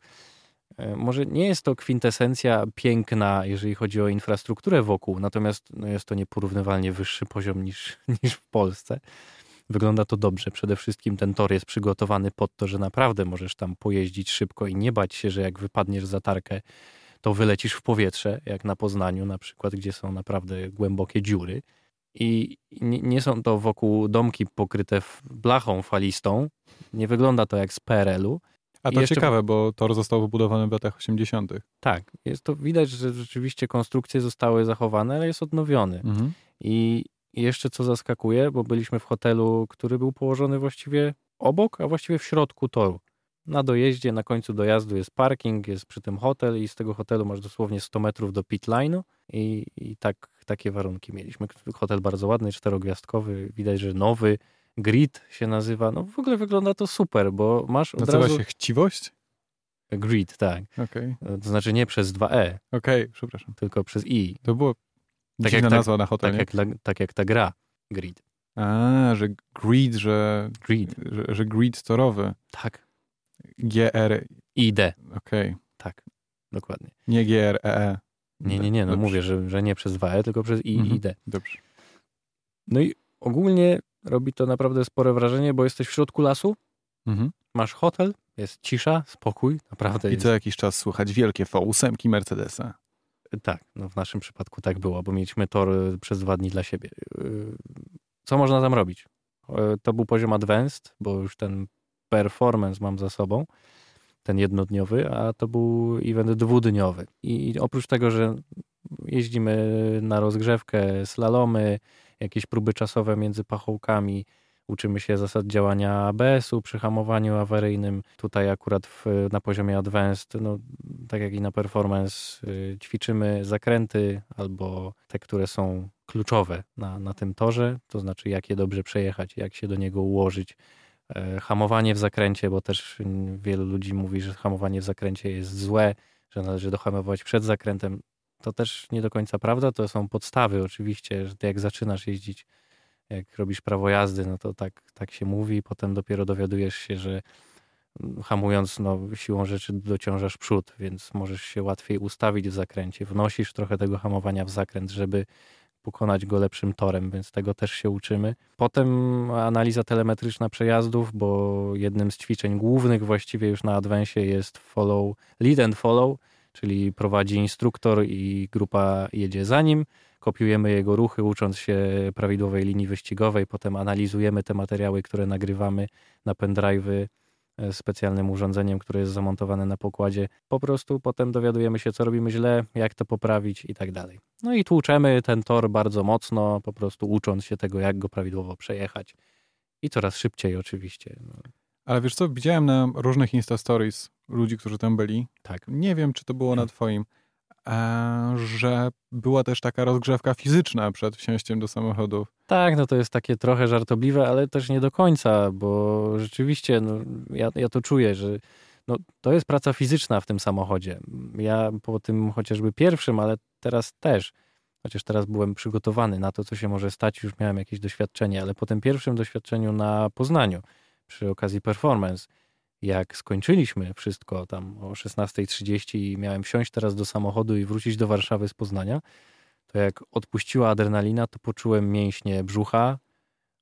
B: E, Może nie jest to kwintesencja piękna, jeżeli chodzi o infrastrukturę wokół, natomiast no jest to nieporównywalnie wyższy poziom niż, niż w Polsce. Wygląda to dobrze. Przede wszystkim ten tor jest przygotowany pod to, że naprawdę możesz tam pojeździć szybko i nie bać się, że jak wypadniesz za tarkę, to wylecisz w powietrze, jak na Poznaniu na przykład, gdzie są naprawdę głębokie dziury. I nie, nie są to wokół domki pokryte f- blachą falistą. Nie wygląda to jak z PRL-u.
A: A
B: I
A: to
B: jeszcze-
A: ciekawe, bo tor został wybudowany w latach 80.
B: Tak, jest to widać, że rzeczywiście konstrukcje zostały zachowane, ale jest odnowiony.
A: Mhm.
B: I jeszcze co zaskakuje, bo byliśmy w hotelu, który był położony właściwie obok, a właściwie w środku toru. Na dojeździe, na końcu dojazdu jest parking, jest przy tym hotel i z tego hotelu masz dosłownie 100 metrów do pit line'u i, i tak, takie warunki mieliśmy. Hotel bardzo ładny, czterogwiazdkowy, widać, że nowy, grid się nazywa. No w ogóle wygląda to super, bo masz od
A: Nazywa
B: razu...
A: się chciwość?
B: Grid, tak.
A: Okej,
B: To znaczy nie przez 2E,
A: okej, przepraszam.
B: tylko przez I,
A: To było
B: Tak
A: dziwna
B: jak ta-
A: nazwa na hotel,
B: tak
A: nie?
B: jak, ta, tak jak ta gra. Grid.
A: A, że grid, że,
B: Grid,
A: że, że grid torowy.
B: tak.
A: GR,
B: ID.
A: okej.
B: Tak, dokładnie.
A: Nie E, GREE.
B: Nie, nie, nie, no
A: Dobrze,
B: mówię, że, że nie przez 2E, tylko przez I
A: Mhm.
B: i D.
A: Dobrze.
B: No i ogólnie robi to naprawdę spore wrażenie, bo jesteś w środku lasu,
A: Mhm.
B: masz hotel, jest cisza, spokój, naprawdę
A: I
B: jest.
A: co jakiś czas słychać wielkie V8 Mercedesa.
B: Tak, no w naszym przypadku tak było, bo mieliśmy tor y, przez dwa dni dla siebie. Yy, Co można tam robić? Yy, To był poziom advanced, bo już ten performance mam za sobą, ten jednodniowy, a to był event dwudniowy. I oprócz tego, że jeździmy na rozgrzewkę, slalomy, jakieś próby czasowe między pachołkami, uczymy się zasad działania ABS-u przy hamowaniu awaryjnym. Tutaj akurat w, na poziomie advanced, no tak jak i na performance, y, ćwiczymy zakręty albo te, które są kluczowe na, na tym torze, to znaczy jak je dobrze przejechać, jak się do niego ułożyć. E, Hamowanie w zakręcie, bo też y, wielu ludzi mówi, że hamowanie w zakręcie jest złe, że należy dohamować przed zakrętem. To też nie do końca prawda, to są podstawy oczywiście, że ty jak zaczynasz jeździć, jak robisz prawo jazdy, no to tak, tak się mówi, potem dopiero dowiadujesz się, że hamując, no, siłą rzeczy dociążasz przód, więc możesz się łatwiej ustawić w zakręcie. Wnosisz trochę tego hamowania w zakręt, żeby pokonać go lepszym torem, więc tego też się uczymy. Potem analiza telemetryczna przejazdów, bo jednym z ćwiczeń głównych właściwie już na Adwensie jest follow, lead and follow, czyli prowadzi instruktor i grupa jedzie za nim. Kopiujemy jego ruchy, ucząc się prawidłowej linii wyścigowej. Potem analizujemy te materiały, które nagrywamy na pendrive'y e, specjalnym urządzeniem, które jest zamontowane na pokładzie. Po prostu potem dowiadujemy się, co robimy źle, jak to poprawić i tak dalej. No i tłuczemy ten tor bardzo mocno, po prostu ucząc się tego, jak go prawidłowo przejechać. I coraz szybciej oczywiście. No,
A: Ale wiesz co, widziałem na różnych Insta Stories ludzi, którzy tam byli.
B: tak.
A: Nie wiem, czy to było
B: Mhm.
A: na twoim, e, że była też taka rozgrzewka fizyczna przed wsiąściem do samochodów.
B: Tak, no to jest takie trochę żartobliwe, ale też nie do końca, bo rzeczywiście no, ja, ja to czuję, że no, to jest praca fizyczna w tym samochodzie. Ja po tym chociażby pierwszym, ale teraz też, chociaż teraz byłem przygotowany na to, co się może stać, już miałem jakieś doświadczenie, ale po tym pierwszym doświadczeniu na Poznaniu przy okazji performance, jak skończyliśmy wszystko tam o 16.30 i miałem wsiąść teraz do samochodu i wrócić do Warszawy z Poznania, to jak odpuściła adrenalina, to poczułem mięśnie brzucha,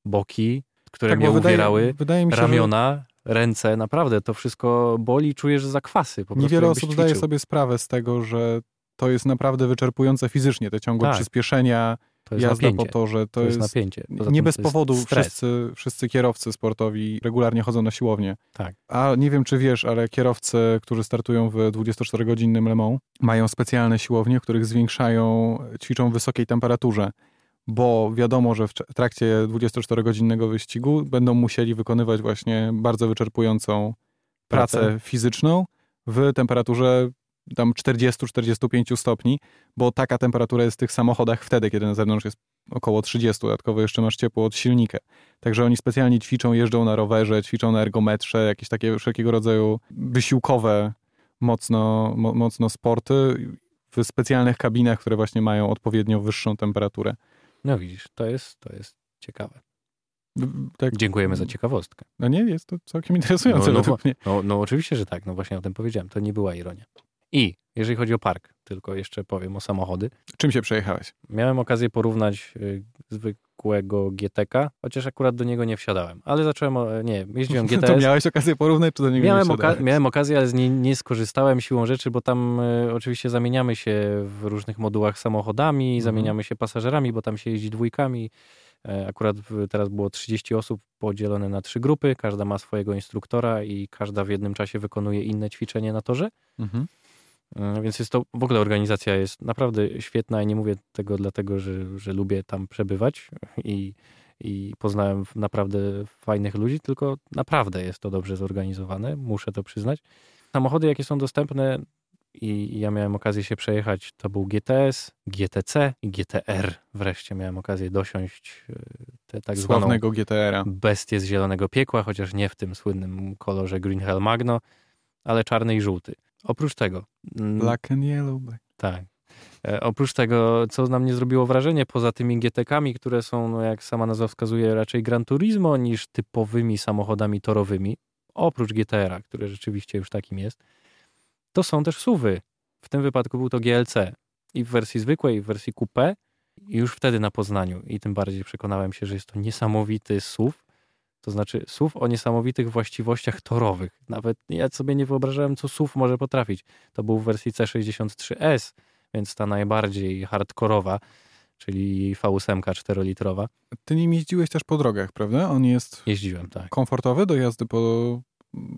B: boki, które
A: tak,
B: mnie
A: bo wydaje,
B: uwierały,
A: wydaje mi się, że
B: ramiona, ręce, naprawdę to wszystko boli, czujesz zakwasy po prostu.
A: Niewiele
B: jakbyś
A: osób zdaje
B: ćwiczył.
A: sobie sprawę z tego, że to jest naprawdę wyczerpujące fizycznie, te ciągłe
B: Tak.
A: przyspieszenia,
B: to jest
A: jazda
B: napięcie.
A: po torze, to,
B: to jest
A: jest,
B: napięcie. Poza tym
A: nie
B: to
A: bez
B: jest
A: powodu
B: stres.
A: wszyscy, wszyscy kierowcy sportowi regularnie chodzą na siłownię.
B: Tak.
A: A nie wiem, czy wiesz, ale kierowcy, którzy startują w 24-godzinnym Le Mans, mają specjalne siłownie, w których zwiększają, ćwiczą w wysokiej temperaturze. Bo wiadomo, że w cza- trakcie 24-godzinnego wyścigu będą musieli wykonywać właśnie bardzo wyczerpującą pracę
B: Pracę.
A: fizyczną w temperaturze tam 40-45 stopni, bo taka temperatura jest w tych samochodach wtedy, kiedy na zewnątrz jest około 30, dodatkowo jeszcze masz ciepło od silnika. Także oni specjalnie ćwiczą, jeżdżą na rowerze, ćwiczą na ergometrze, jakieś takie wszelkiego rodzaju wysiłkowe mocno, mo, mocno sporty w specjalnych kabinach, które właśnie mają odpowiednio wyższą temperaturę.
B: No widzisz, to jest, to jest ciekawe.
A: Tak,
B: Dziękujemy za ciekawostkę.
A: no nie, jest to całkiem interesujące
B: No, no,
A: według mnie.
B: No, no oczywiście, że tak, no właśnie o tym powiedziałem, to nie była ironia. I jeżeli chodzi o park, tylko jeszcze powiem o samochody,
A: Czym się przejechałeś?
B: Miałem okazję porównać y, zwykłego GTK, chociaż akurat do niego nie wsiadałem, ale zacząłem, o- nie, jeździłem
A: To
B: GTS.
A: miałeś okazję porównać, czy do niego
B: Miałem,
A: nie
B: oka-
A: wsiadałeś?
B: miałem okazję, ale z niej nie skorzystałem siłą rzeczy, bo tam y, oczywiście zamieniamy się w różnych modułach samochodami, zamieniamy się pasażerami, bo tam się jeździ dwójkami. E, Akurat w- teraz było 30 osób podzielone na trzy grupy, każda ma swojego instruktora i każda w jednym czasie wykonuje inne ćwiczenie na torze.
A: Mhm.
B: Mm, Więc jest to w ogóle organizacja jest naprawdę świetna i nie mówię tego dlatego, że, że lubię tam przebywać i, i poznałem w- naprawdę fajnych ludzi, tylko naprawdę jest to dobrze zorganizowane, muszę to przyznać. Samochody, jakie są dostępne, i i ja miałem okazję się przejechać, to był GTS, GTC i GTR. Wreszcie miałem okazję dosiąść y, tę tak zwaną Mm.
A: Sławnego GTR-a.
B: bestię z zielonego piekła, chociaż nie w tym słynnym kolorze Green Hell Magno, ale czarny i żółty. Oprócz tego. mm,
A: Black and yellow. black.
B: tak. E, Oprócz tego, co na mnie zrobiło wrażenie, poza tymi GTK-ami, które są, no jak sama nazwa wskazuje, raczej Gran Turismo niż typowymi samochodami torowymi, oprócz GTR-a, który rzeczywiście już takim jest, to są też SUVy. y. W tym wypadku był to GLC i w wersji zwykłej, i w wersji coupé i już wtedy na Poznaniu i tym bardziej przekonałem się, że jest to niesamowity SUV, y. to znaczy SUV o niesamowitych właściwościach torowych. Nawet ja sobie nie wyobrażałem, co SUV y może potrafić. To był w wersji C63S, więc ta najbardziej hardkorowa, czyli V8 4-litrowa.
A: Ty nim jeździłeś też po drogach, prawda? On jest
B: Jeździłem, tak.
A: komfortowy do jazdy po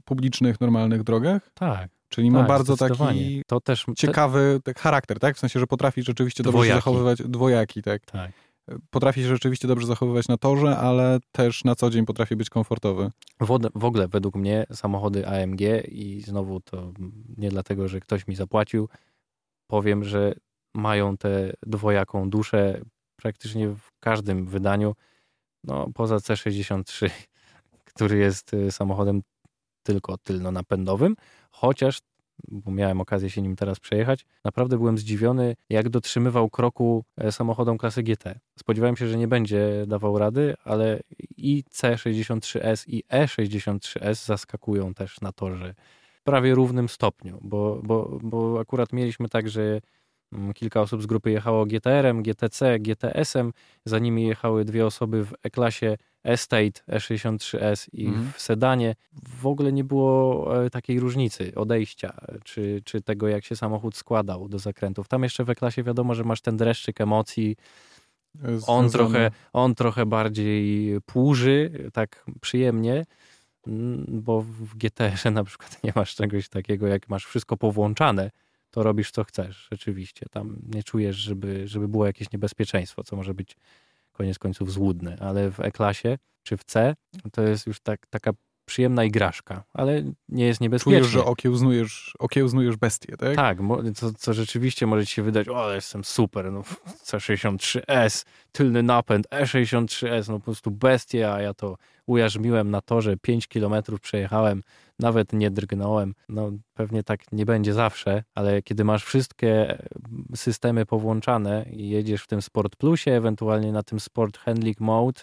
A: publicznych, normalnych drogach,
B: Tak.
A: czyli ma
B: tak,
A: bardzo
B: zdecydowanie.
A: taki
B: To też. Te,
A: ciekawy tak, charakter, tak? W sensie, że potrafi rzeczywiście dobrze się
B: Dwojaki.
A: zachowywać, dwojaki, tak?
B: tak.
A: Potrafi się rzeczywiście dobrze zachowywać na torze, ale też na co dzień potrafi być komfortowy.
B: Wod- W ogóle według mnie samochody AMG i znowu to nie dlatego, że ktoś mi zapłacił, powiem, że mają tę dwojaką duszę praktycznie w każdym wydaniu, no poza C63, który jest y, samochodem tylko tylno-napędowym, chociaż, bo miałem okazję się nim teraz przejechać, naprawdę byłem zdziwiony, jak dotrzymywał kroku e, samochodom klasy GT. Spodziewałem się, że nie będzie dawał rady, ale i C63S i E E63S zaskakują też na torze w prawie równym stopniu, bo, bo, bo akurat mieliśmy tak, że mm, kilka osób z grupy jechało GTR-em, GTC, GTS-em, za nimi jechały dwie osoby w E-klasie Estate E E63S i
A: Mhm.
B: w sedanie. W ogóle nie było e, takiej różnicy odejścia, e, czy, czy tego, jak się samochód składał do zakrętów. Tam jeszcze w E-klasie wiadomo, że masz ten dreszczyk emocji,
A: Jest
B: on
A: związany-
B: trochę, on trochę bardziej płuży, tak przyjemnie, mm, bo w GTR-ze na przykład nie masz czegoś takiego, jak masz wszystko powłączane, to robisz co chcesz, rzeczywiście. Tam nie czujesz, żeby, żeby było jakieś niebezpieczeństwo, co może być koniec końców złudne, ale w E-klasie czy w C to jest już tak, taka przyjemna igraszka, ale nie jest niebezpieczna.
A: Czujesz, że okiełznujesz, okiełznujesz bestię, tak?
B: Tak, mo- co, co rzeczywiście może ci się wydać, o, ale jestem super, no C63S, tylny napęd, E E63S, no po prostu bestia, a ja to ujarzmiłem na torze, 5 km przejechałem, nawet nie drgnąłem. No pewnie tak nie będzie zawsze, ale kiedy masz wszystkie mm, systemy powłączane i jedziesz w tym Sport Plusie, ewentualnie na tym Sport Handling Mode,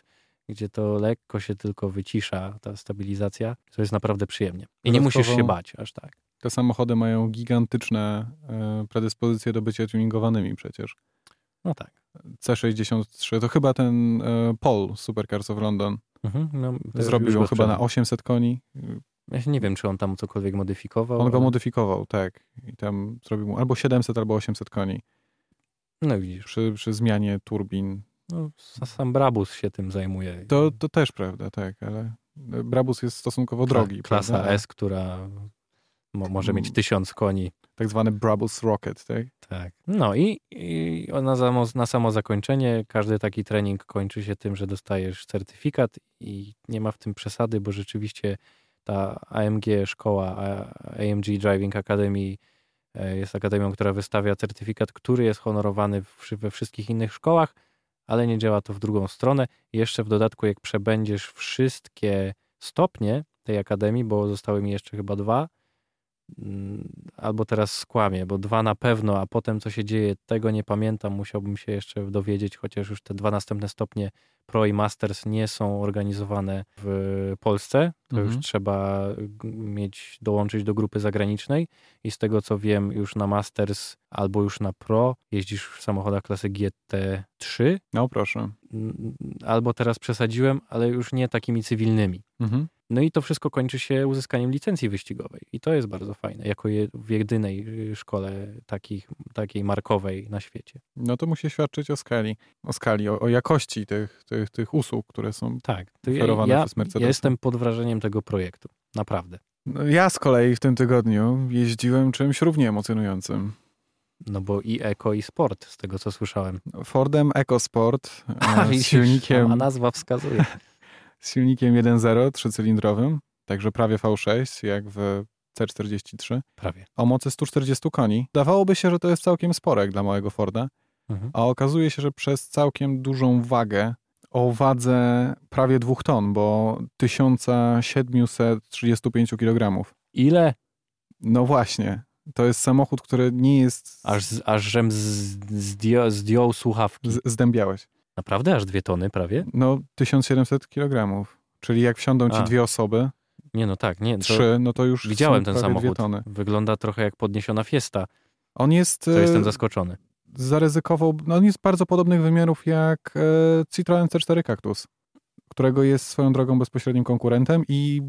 B: gdzie to lekko się tylko wycisza ta stabilizacja, to jest naprawdę przyjemnie. I nie
A: Dodatkowo-
B: musisz się bać aż tak.
A: Te samochody mają gigantyczne e, predyspozycje do bycia tuningowanymi przecież.
B: No tak.
A: C63 to chyba ten e, Paul z Supercars of London
B: Mhm, no, to
A: Y, zrobił
B: już
A: ją
B: go
A: chyba na
B: sprzedam.
A: 800 koni.
B: Ja się nie wiem, czy on tam cokolwiek modyfikował.
A: On go
B: ale-
A: modyfikował, tak. I tam zrobił mu albo 700, albo 800 koni
B: No widzisz,
A: przy, przy zmianie turbin.
B: no, sa- sam Brabus się tym zajmuje.
A: To, to też prawda, tak, ale Brabus jest stosunkowo
B: Kla-
A: drogi.
B: Klasa
A: prawda?
B: S, która mo może mieć
A: Mm.
B: tysiąc koni.
A: Tak zwany Brabus Rocket, tak?
B: Tak. No i, i na, samo, na samo zakończenie każdy taki trening kończy się tym, że dostajesz certyfikat i nie ma w tym przesady, bo rzeczywiście ta AMG szkoła a- AMG Driving Academy e, jest akademią, która wystawia certyfikat, który jest honorowany w, we wszystkich innych szkołach, ale nie działa to w drugą stronę. Jeszcze w dodatku, jak przebędziesz wszystkie stopnie tej akademii, bo zostały mi jeszcze chyba dwa, Mm, albo teraz skłamię, bo dwa na pewno, a potem co się dzieje, tego nie pamiętam, musiałbym się jeszcze dowiedzieć, chociaż już te dwa następne stopnie Pro i Masters nie są organizowane w Polsce, to
A: Mhm.
B: już trzeba g- mieć, dołączyć do grupy zagranicznej i z tego co wiem, już na Masters albo już na Pro jeździsz w samochodach klasy GT3,
A: No proszę.
B: Mm, albo teraz przesadziłem, ale już nie takimi cywilnymi.
A: Mhm.
B: No i to wszystko kończy się uzyskaniem licencji wyścigowej. I to jest bardzo fajne, jako je, w jedynej y, szkole takich, takiej markowej na świecie.
A: No to musi świadczyć o skali, o skali, o, o jakości tych, tych, tych usług, które są.
B: Tak, to ja,
A: Oferowane
B: ja,
A: przez Mercedesa.
B: ja jestem pod wrażeniem tego projektu. Naprawdę.
A: No, ja z kolei w tym tygodniu jeździłem czymś równie emocjonującym.
B: No bo i eko, i sport, z tego co słyszałem.
A: Fordem EcoSport e, z
B: Widzisz, sama
A: silnikiem,
B: nazwa wskazuje.
A: z silnikiem 1.0 trzycylindrowym, także prawie V6, jak w C43,
B: Prawie.
A: o mocy 140 koni. Dawałoby się, że to jest całkiem sporek dla małego Forda,
B: Mhm.
A: a okazuje się, że przez całkiem dużą wagę, o wadze prawie 2 ton, bo 1735 kg.
B: Ile?
A: No właśnie. To jest samochód, który nie jest.
B: Aż, z- aż żem z, zdjął, zdjął słuchawki.
A: z- zdębiałeś.
B: Naprawdę? Aż dwie tony prawie?
A: No, 1700 kg. Czyli jak wsiądą ci
B: A.
A: dwie osoby,
B: Nie, no tak, nie. To
A: trzy, no to już.
B: widziałem
A: są
B: ten
A: prawie
B: samochód.
A: Dwie tony.
B: Wygląda trochę jak podniesiona fiesta.
A: On jest.
B: To jestem
A: E,
B: zaskoczony.
A: zaryzykował. No, on jest bardzo podobnych wymiarów jak e, Citroen C4 Cactus, którego jest swoją drogą bezpośrednim konkurentem i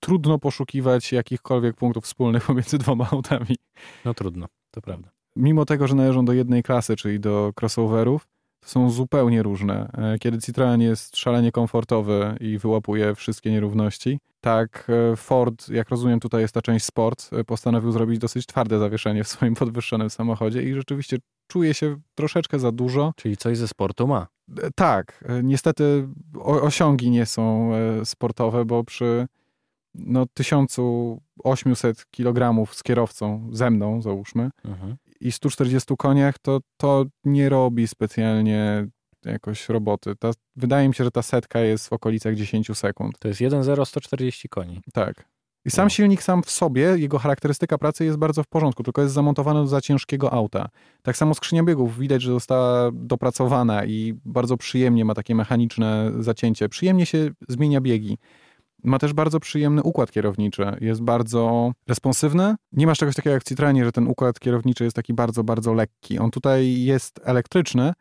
A: trudno poszukiwać jakichkolwiek punktów wspólnych pomiędzy dwoma autami.
B: No trudno, to prawda.
A: mimo tego, że należą do jednej klasy, czyli do crossoverów, to są zupełnie różne. E, Kiedy Citroen jest szalenie komfortowy i wyłapuje wszystkie nierówności, tak e, Ford, jak rozumiem, tutaj jest ta część sport, e, postanowił zrobić dosyć twarde zawieszenie w swoim podwyższonym samochodzie i rzeczywiście czuje się troszeczkę za dużo.
B: Czyli coś ze sportu ma.
A: E, Tak, e, niestety o- osiągi nie są e, sportowe, bo przy no, 1800 kg z kierowcą, ze mną załóżmy,
B: Mhm.
A: i 140 koniach, to to nie robi specjalnie jakoś roboty. Ta, wydaje mi się, że ta setka jest w okolicach 10 sekund.
B: To jest 1,0 140 koni.
A: Tak. I sam
B: No.
A: silnik sam w sobie, jego charakterystyka pracy jest bardzo w porządku, tylko jest zamontowana do za ciężkiego auta. Tak samo skrzynia biegów, widać, że została dopracowana i bardzo przyjemnie ma takie mechaniczne zacięcie. Przyjemnie się zmienia biegi. Ma też bardzo przyjemny układ kierowniczy. Jest bardzo responsywny. Nie masz czegoś takiego jak w Citroenie, że ten układ kierowniczy jest taki bardzo, bardzo lekki. On tutaj jest elektryczny,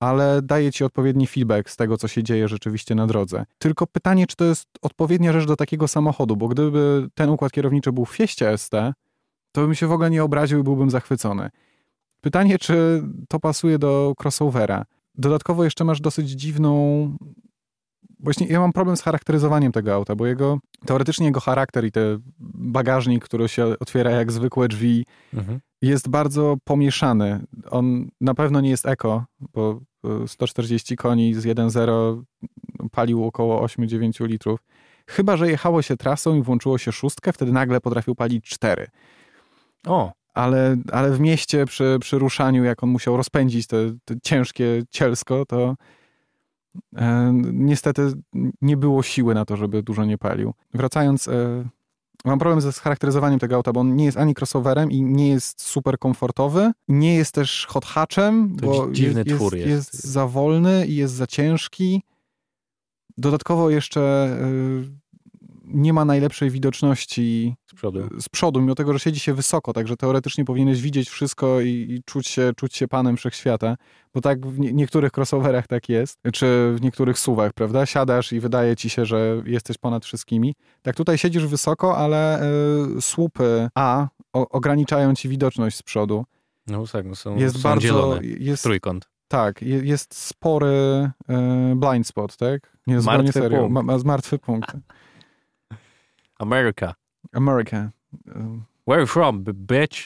A: ale daje ci odpowiedni feedback z tego, co się dzieje rzeczywiście na drodze. Tylko pytanie, czy to jest odpowiednia rzecz do takiego samochodu, bo gdyby ten układ kierowniczy był w Fieście ST, to bym się w ogóle nie obraził i byłbym zachwycony. Pytanie, czy to pasuje do crossovera. Dodatkowo jeszcze masz dosyć dziwną... Właśnie ja mam problem z charakteryzowaniem tego auta, bo jego teoretycznie jego charakter i ten bagażnik, który się otwiera jak zwykłe drzwi,
B: Mhm.
A: jest bardzo pomieszany. On na pewno nie jest eko, bo y, 140 koni z 1.0 palił około 8-9 litrów. Chyba, że jechało się trasą i włączyło się szóstkę, wtedy nagle potrafił palić 4.
B: O,
A: Ale, ale w mieście przy, przy ruszaniu, jak on musiał rozpędzić te, te ciężkie cielsko, to e, niestety nie było siły na to, żeby dużo nie palił. Wracając, e, mam problem ze scharakteryzowaniem tego auta, bo on nie jest ani crossoverem i nie jest super komfortowy, nie jest też hot hatchem,
B: To
A: bo
B: dzi- dziwny
A: jest,
B: twór
A: jest,
B: jest.
A: za wolny i jest za ciężki. Dodatkowo jeszcze y, nie ma najlepszej widoczności
B: z przodu.
A: z przodu, mimo tego, że siedzi się wysoko, także teoretycznie powinieneś widzieć wszystko i, i czuć, się, czuć się panem wszechświata, bo tak w nie, niektórych crossoverach tak jest, czy w niektórych suwach, prawda? Siadasz i wydaje ci się, że jesteś ponad wszystkimi. Tak tutaj siedzisz wysoko, ale y, słupy A o, ograniczają ci widoczność z przodu.
B: No tak, no są,
A: Jest
B: są
A: bardzo...
B: dzielone.
A: Jest,
B: Trójkąt.
A: tak, je- jest spory e, blind spot, tak? Nie,
B: Martwy
A: zupełnie serio.
B: punkt.
A: Ma, ma, martwy punkt.
B: America.
A: America. Um,
B: Where you from, b- bitch?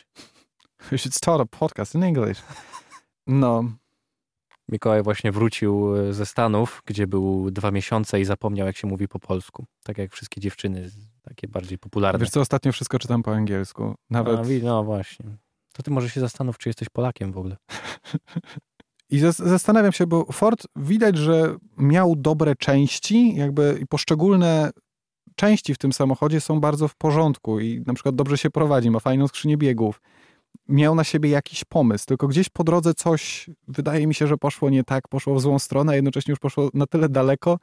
A: we should start a podcast in English. No,
B: Mikołaj właśnie wrócił e, ze Stanów, gdzie był dwa miesiące i zapomniał, jak się mówi po polsku. Tak jak wszystkie dziewczyny, z- takie bardziej popularne.
A: wiesz co, ostatnio wszystko czytam po angielsku. Nawet...
B: A, wi- no właśnie. To ty może się zastanów, czy jesteś Polakiem w ogóle.
A: I zas- zastanawiam się, bo Ford widać, że miał dobre części, jakby i poszczególne części w tym samochodzie są bardzo w porządku i na przykład dobrze się prowadzi, ma fajną skrzynię biegów. Miał na siebie jakiś pomysł, tylko gdzieś po drodze coś, wydaje mi się, że poszło nie tak, poszło w złą stronę, a jednocześnie już poszło na tyle daleko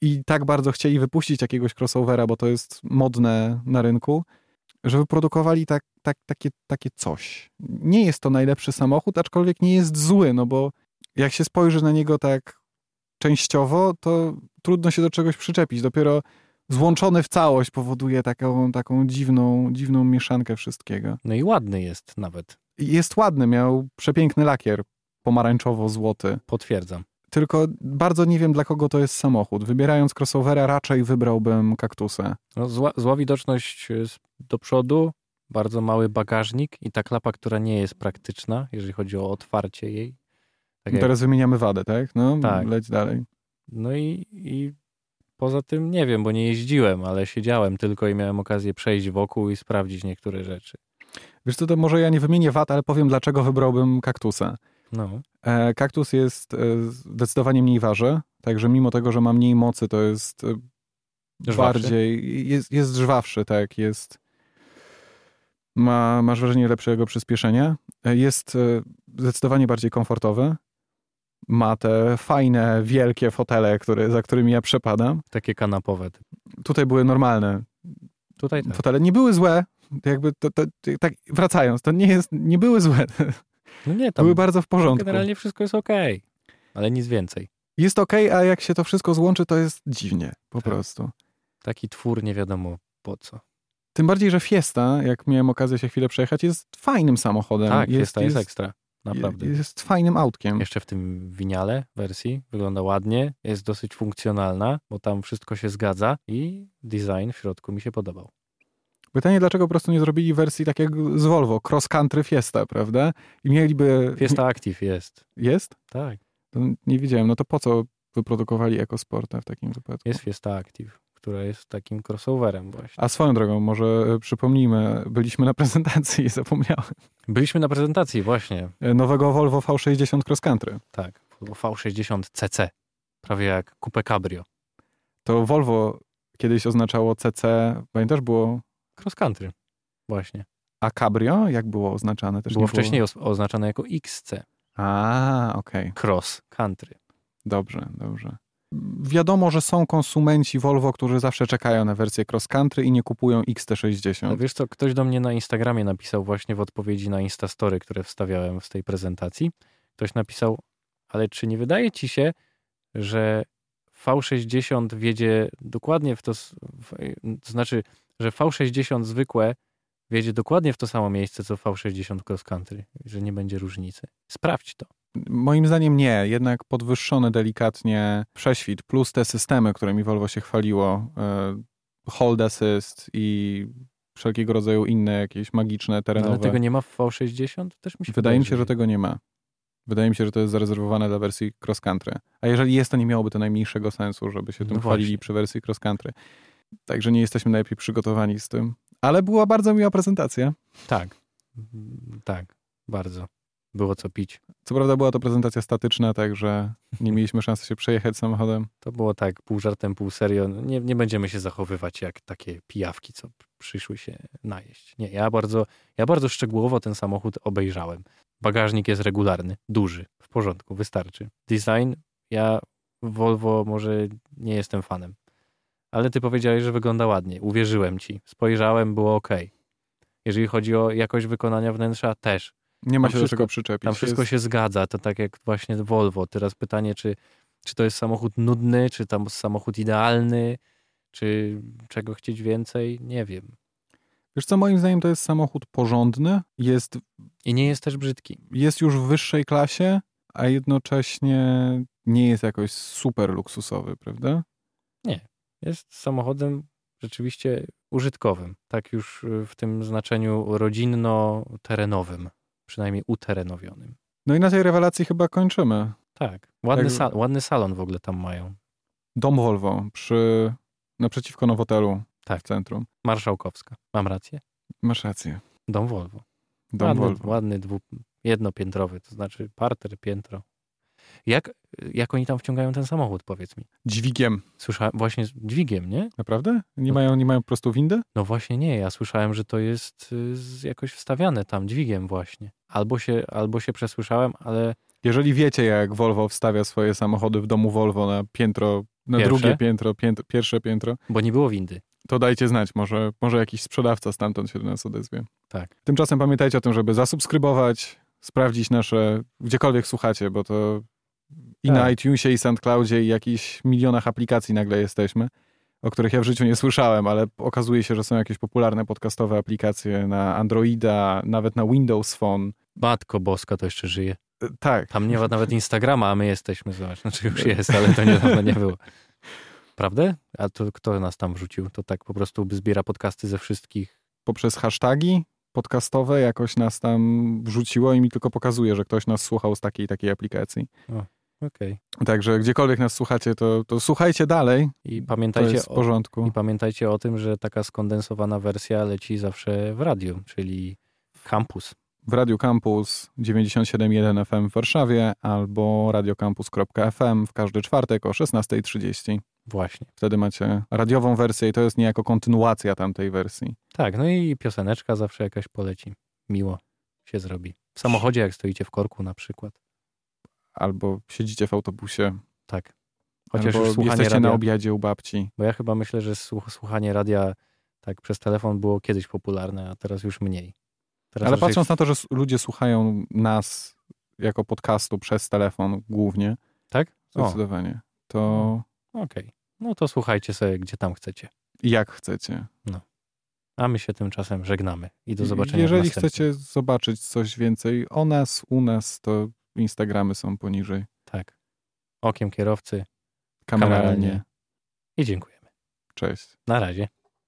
A: i tak bardzo chcieli wypuścić jakiegoś crossovera, bo to jest modne na rynku, że wyprodukowali tak, tak, takie, takie coś. Nie jest to najlepszy samochód, aczkolwiek nie jest zły, no bo jak się spojrzy na niego tak częściowo, to trudno się do czegoś przyczepić. Dopiero złączony w całość powoduje taką, taką dziwną, dziwną mieszankę wszystkiego.
B: No i ładny jest nawet,
A: I Jest ładny, miał przepiękny lakier pomarańczowo-złoty.
B: potwierdzam.
A: Tylko bardzo nie wiem, dla kogo to jest samochód. Wybierając crossovera, raczej wybrałbym kaktusa.
B: No, zła, zła widoczność y, z- do przodu, bardzo mały bagażnik i ta klapa, która nie jest praktyczna, jeżeli chodzi o otwarcie jej. Tak jak,
A: Teraz wymieniamy wadę, tak? No,
B: Tak.
A: leć dalej.
B: no i, i poza tym nie wiem, bo nie jeździłem, ale siedziałem tylko i miałem okazję przejść wokół i sprawdzić niektóre rzeczy.
A: Wiesz co, to może ja nie wymienię wad, ale powiem, dlaczego wybrałbym kaktusa.
B: No,
A: E, Kaktus jest e, zdecydowanie mniej waży, także mimo tego, że ma mniej mocy, to jest e,
B: Żwawszy?
A: bardziej, jest, jest żwawszy, tak, jest, ma, masz wrażenie lepszego przyspieszenia, E, jest e, zdecydowanie bardziej komfortowy, ma te fajne, wielkie fotele, które, za którymi ja przepadam.
B: takie kanapowe.
A: Tutaj były normalne
B: Tutaj tak.
A: fotele, nie były złe, jakby, to, to, tak, wracając, to nie jest, nie były złe,
B: No nie, tam
A: były bardzo w porządku.
B: generalnie wszystko jest okej, ale nic więcej.
A: jest ok, a jak się to wszystko złączy, to jest dziwnie po
B: Tak.
A: prostu.
B: Taki twór nie wiadomo po co.
A: Tym bardziej, że Fiesta, jak miałem okazję się chwilę przejechać, jest fajnym samochodem.
B: Tak, jest, jest, jest ekstra. Naprawdę.
A: Jest fajnym autkiem.
B: Jeszcze w tym winiale wersji wygląda ładnie, jest dosyć funkcjonalna, bo tam wszystko się zgadza i design w środku mi się podobał.
A: Pytanie, dlaczego po prostu nie zrobili wersji tak jak z Volvo, cross country Fiesta, prawda? I mieliby...
B: Fiesta Active jest.
A: Jest?
B: Tak,
A: To nie widziałem. No to po co wyprodukowali EcoSporta w takim wypadku?
B: jest Fiesta Active, która jest takim crossoverem właśnie.
A: A swoją drogą, może e, przypomnijmy, byliśmy na prezentacji i zapomniałem.
B: Byliśmy na prezentacji właśnie,
A: E, Nowego Volvo V60 cross country.
B: tak, V60cc, prawie jak Coupe Cabrio.
A: To Volvo kiedyś oznaczało CC, pamiętasz, było
B: Cross Country właśnie.
A: A cabrio, jak było oznaczane? Też
B: Było
A: nie
B: wcześniej os- oznaczane jako XC,
A: A, okej.
B: Cross Country.
A: Dobrze, dobrze. Wiadomo, że są konsumenci Volvo, którzy zawsze czekają na wersję cross country i nie kupują
B: Ale
A: XT60.
B: No wiesz co, ktoś do mnie na Instagramie napisał właśnie w odpowiedzi na Instastory, które wstawiałem z tej prezentacji. Ktoś napisał, ale czy nie wydaje ci się, że V60 wiedzie dokładnie w to, s- w, to znaczy, że V60 zwykłe wiedzie dokładnie w to samo miejsce, co V60 Cross Country, że nie będzie różnicy. Sprawdź to. No,
A: Moim zdaniem nie, jednak podwyższony delikatnie prześwit, plus te systemy, którymi Volvo się chwaliło, e, hold assist i wszelkiego rodzaju inne jakieś magiczne,
B: No,
A: terenowe.
B: ale tego nie ma w V60? Też mi się
A: Wydaje mi się, że
B: że
A: tego nie ma. Wydaje mi się, że to jest zarezerwowane dla wersji cross country. A jeżeli jest, to nie miałoby to najmniejszego sensu, żeby się
B: No
A: tym chwalili
B: właśnie.
A: przy wersji cross country. Także nie jesteśmy najlepiej przygotowani z tym. Ale była bardzo miła prezentacja.
B: Tak, Mm, tak, bardzo. Było co pić.
A: Co prawda była to prezentacja statyczna, także nie mieliśmy szansy się przejechać samochodem.
B: To było tak pół żartem, pół serio. No, Nie, nie będziemy się zachowywać jak takie pijawki, co przyszły się najeść. Nie, ja bardzo, ja bardzo szczegółowo ten samochód obejrzałem. Bagażnik jest regularny, duży, w porządku, wystarczy. Design, ja Volvo może nie jestem fanem. Ale ty powiedziałeś, że wygląda ładnie. Uwierzyłem ci. Spojrzałem, było ok. Jeżeli chodzi o jakość wykonania wnętrza, też.
A: Nie ma
B: Tam
A: się
B: wszystko-
A: do czego przyczepić.
B: Tam wszystko
A: jest,
B: się zgadza. To tak jak właśnie Volvo. Teraz pytanie, czy, czy to jest samochód nudny, czy tam samochód idealny, czy czego chcieć więcej, nie wiem.
A: Wiesz co, moim zdaniem to jest samochód porządny, jest,
B: I nie jest też brzydki.
A: jest już w wyższej klasie, a jednocześnie nie jest jakoś super luksusowy, prawda?
B: Jest samochodem rzeczywiście użytkowym. Tak już y, w tym znaczeniu rodzinno-terenowym. Przynajmniej uterenowionym.
A: No i na tej rewelacji chyba kończymy.
B: Tak. Ładny,
A: Tak.
B: sal- ładny salon w ogóle tam mają.
A: Dom Volvo przy, naprzeciwko Nowotelu
B: Tak.
A: w centrum.
B: Marszałkowska. Mam rację.
A: Masz rację.
B: Dom Volvo.
A: Dom
B: ładny,
A: Volvo.
B: ładny dwu, jednopiętrowy, to znaczy parter, piętro. Jak, jak oni tam wciągają ten samochód, powiedz mi?
A: Dźwigiem,
B: Słyszałem właśnie z dźwigiem, nie?
A: naprawdę?
B: Tak.
A: Nie mają, nie mają po prostu windy?
B: No właśnie nie, ja słyszałem, że to jest y, z- jakoś wstawiane tam dźwigiem właśnie. Albo się, albo się przesłyszałem, ale
A: Jeżeli wiecie, jak Volvo wstawia swoje samochody w domu Volvo na piętro, na
B: Pierwsze?
A: drugie piętro, piętro, pierwsze piętro,
B: bo nie było windy.
A: to dajcie znać, może, może jakiś sprzedawca stamtąd się do nas odezwie.
B: Tak.
A: Tymczasem pamiętajcie o tym, żeby zasubskrybować, sprawdzić nasze, gdziekolwiek słuchacie, bo to i
B: Tak.
A: na iTunesie, i SoundCloudzie, i jakichś milionach aplikacji nagle jesteśmy, o których ja w życiu nie słyszałem, ale okazuje się, że są jakieś popularne podcastowe aplikacje na Androida, nawet na Windows Phone.
B: Matko Boska to jeszcze żyje.
A: E, Tak,
B: Tam nie ma nawet Instagrama, a my jesteśmy, zobacz. Znaczy już jest, ale to niedawno nie było. Prawda? A to kto nas tam wrzucił? To tak po prostu zbiera podcasty ze wszystkich.
A: poprzez hasztagi podcastowe jakoś nas tam wrzuciło i mi tylko pokazuje, że ktoś nas słuchał z takiej i takiej aplikacji.
B: Okej.
A: Także gdziekolwiek nas słuchacie, to, to słuchajcie dalej,
B: I
A: to
B: pamiętajcie
A: jest w
B: o,
A: porządku.
B: I pamiętajcie o tym, że taka skondensowana wersja leci zawsze w radiu, czyli campus.
A: w Radio Campus 97.1 FM w Warszawie albo radiocampus.fm w każdy czwartek o 16.30.
B: Właśnie.
A: Wtedy macie radiową wersję i to jest niejako kontynuacja tamtej wersji.
B: Tak, no i pioseneczka zawsze jakaś poleci. Miło się zrobi. W samochodzie, jak stoicie w korku na przykład.
A: Albo siedzicie w autobusie,
B: Tak. Chociaż
A: albo
B: już słuchanie
A: jesteście na
B: radia,
A: obiadzie u babci.
B: bo ja chyba myślę, że słuch- słuchanie radia tak przez telefon było kiedyś popularne, a teraz już mniej. Teraz
A: Ale
B: raczej
A: patrząc na to, że s- ludzie słuchają nas jako podcastu przez telefon głównie,
B: Tak? O, okej.
A: zdecydowanie, to
B: No to słuchajcie sobie, gdzie tam chcecie.
A: jak chcecie.
B: A my się tymczasem żegnamy i do zobaczenia w
A: Jeżeli
B: następnym.
A: chcecie zobaczyć coś więcej o nas, u nas, to Instagramy są poniżej.
B: Tak. Okiem kierowcy
A: Kameralnie.
B: Kameralnie. i dziękujemy.
A: Cześć.
B: Na razie.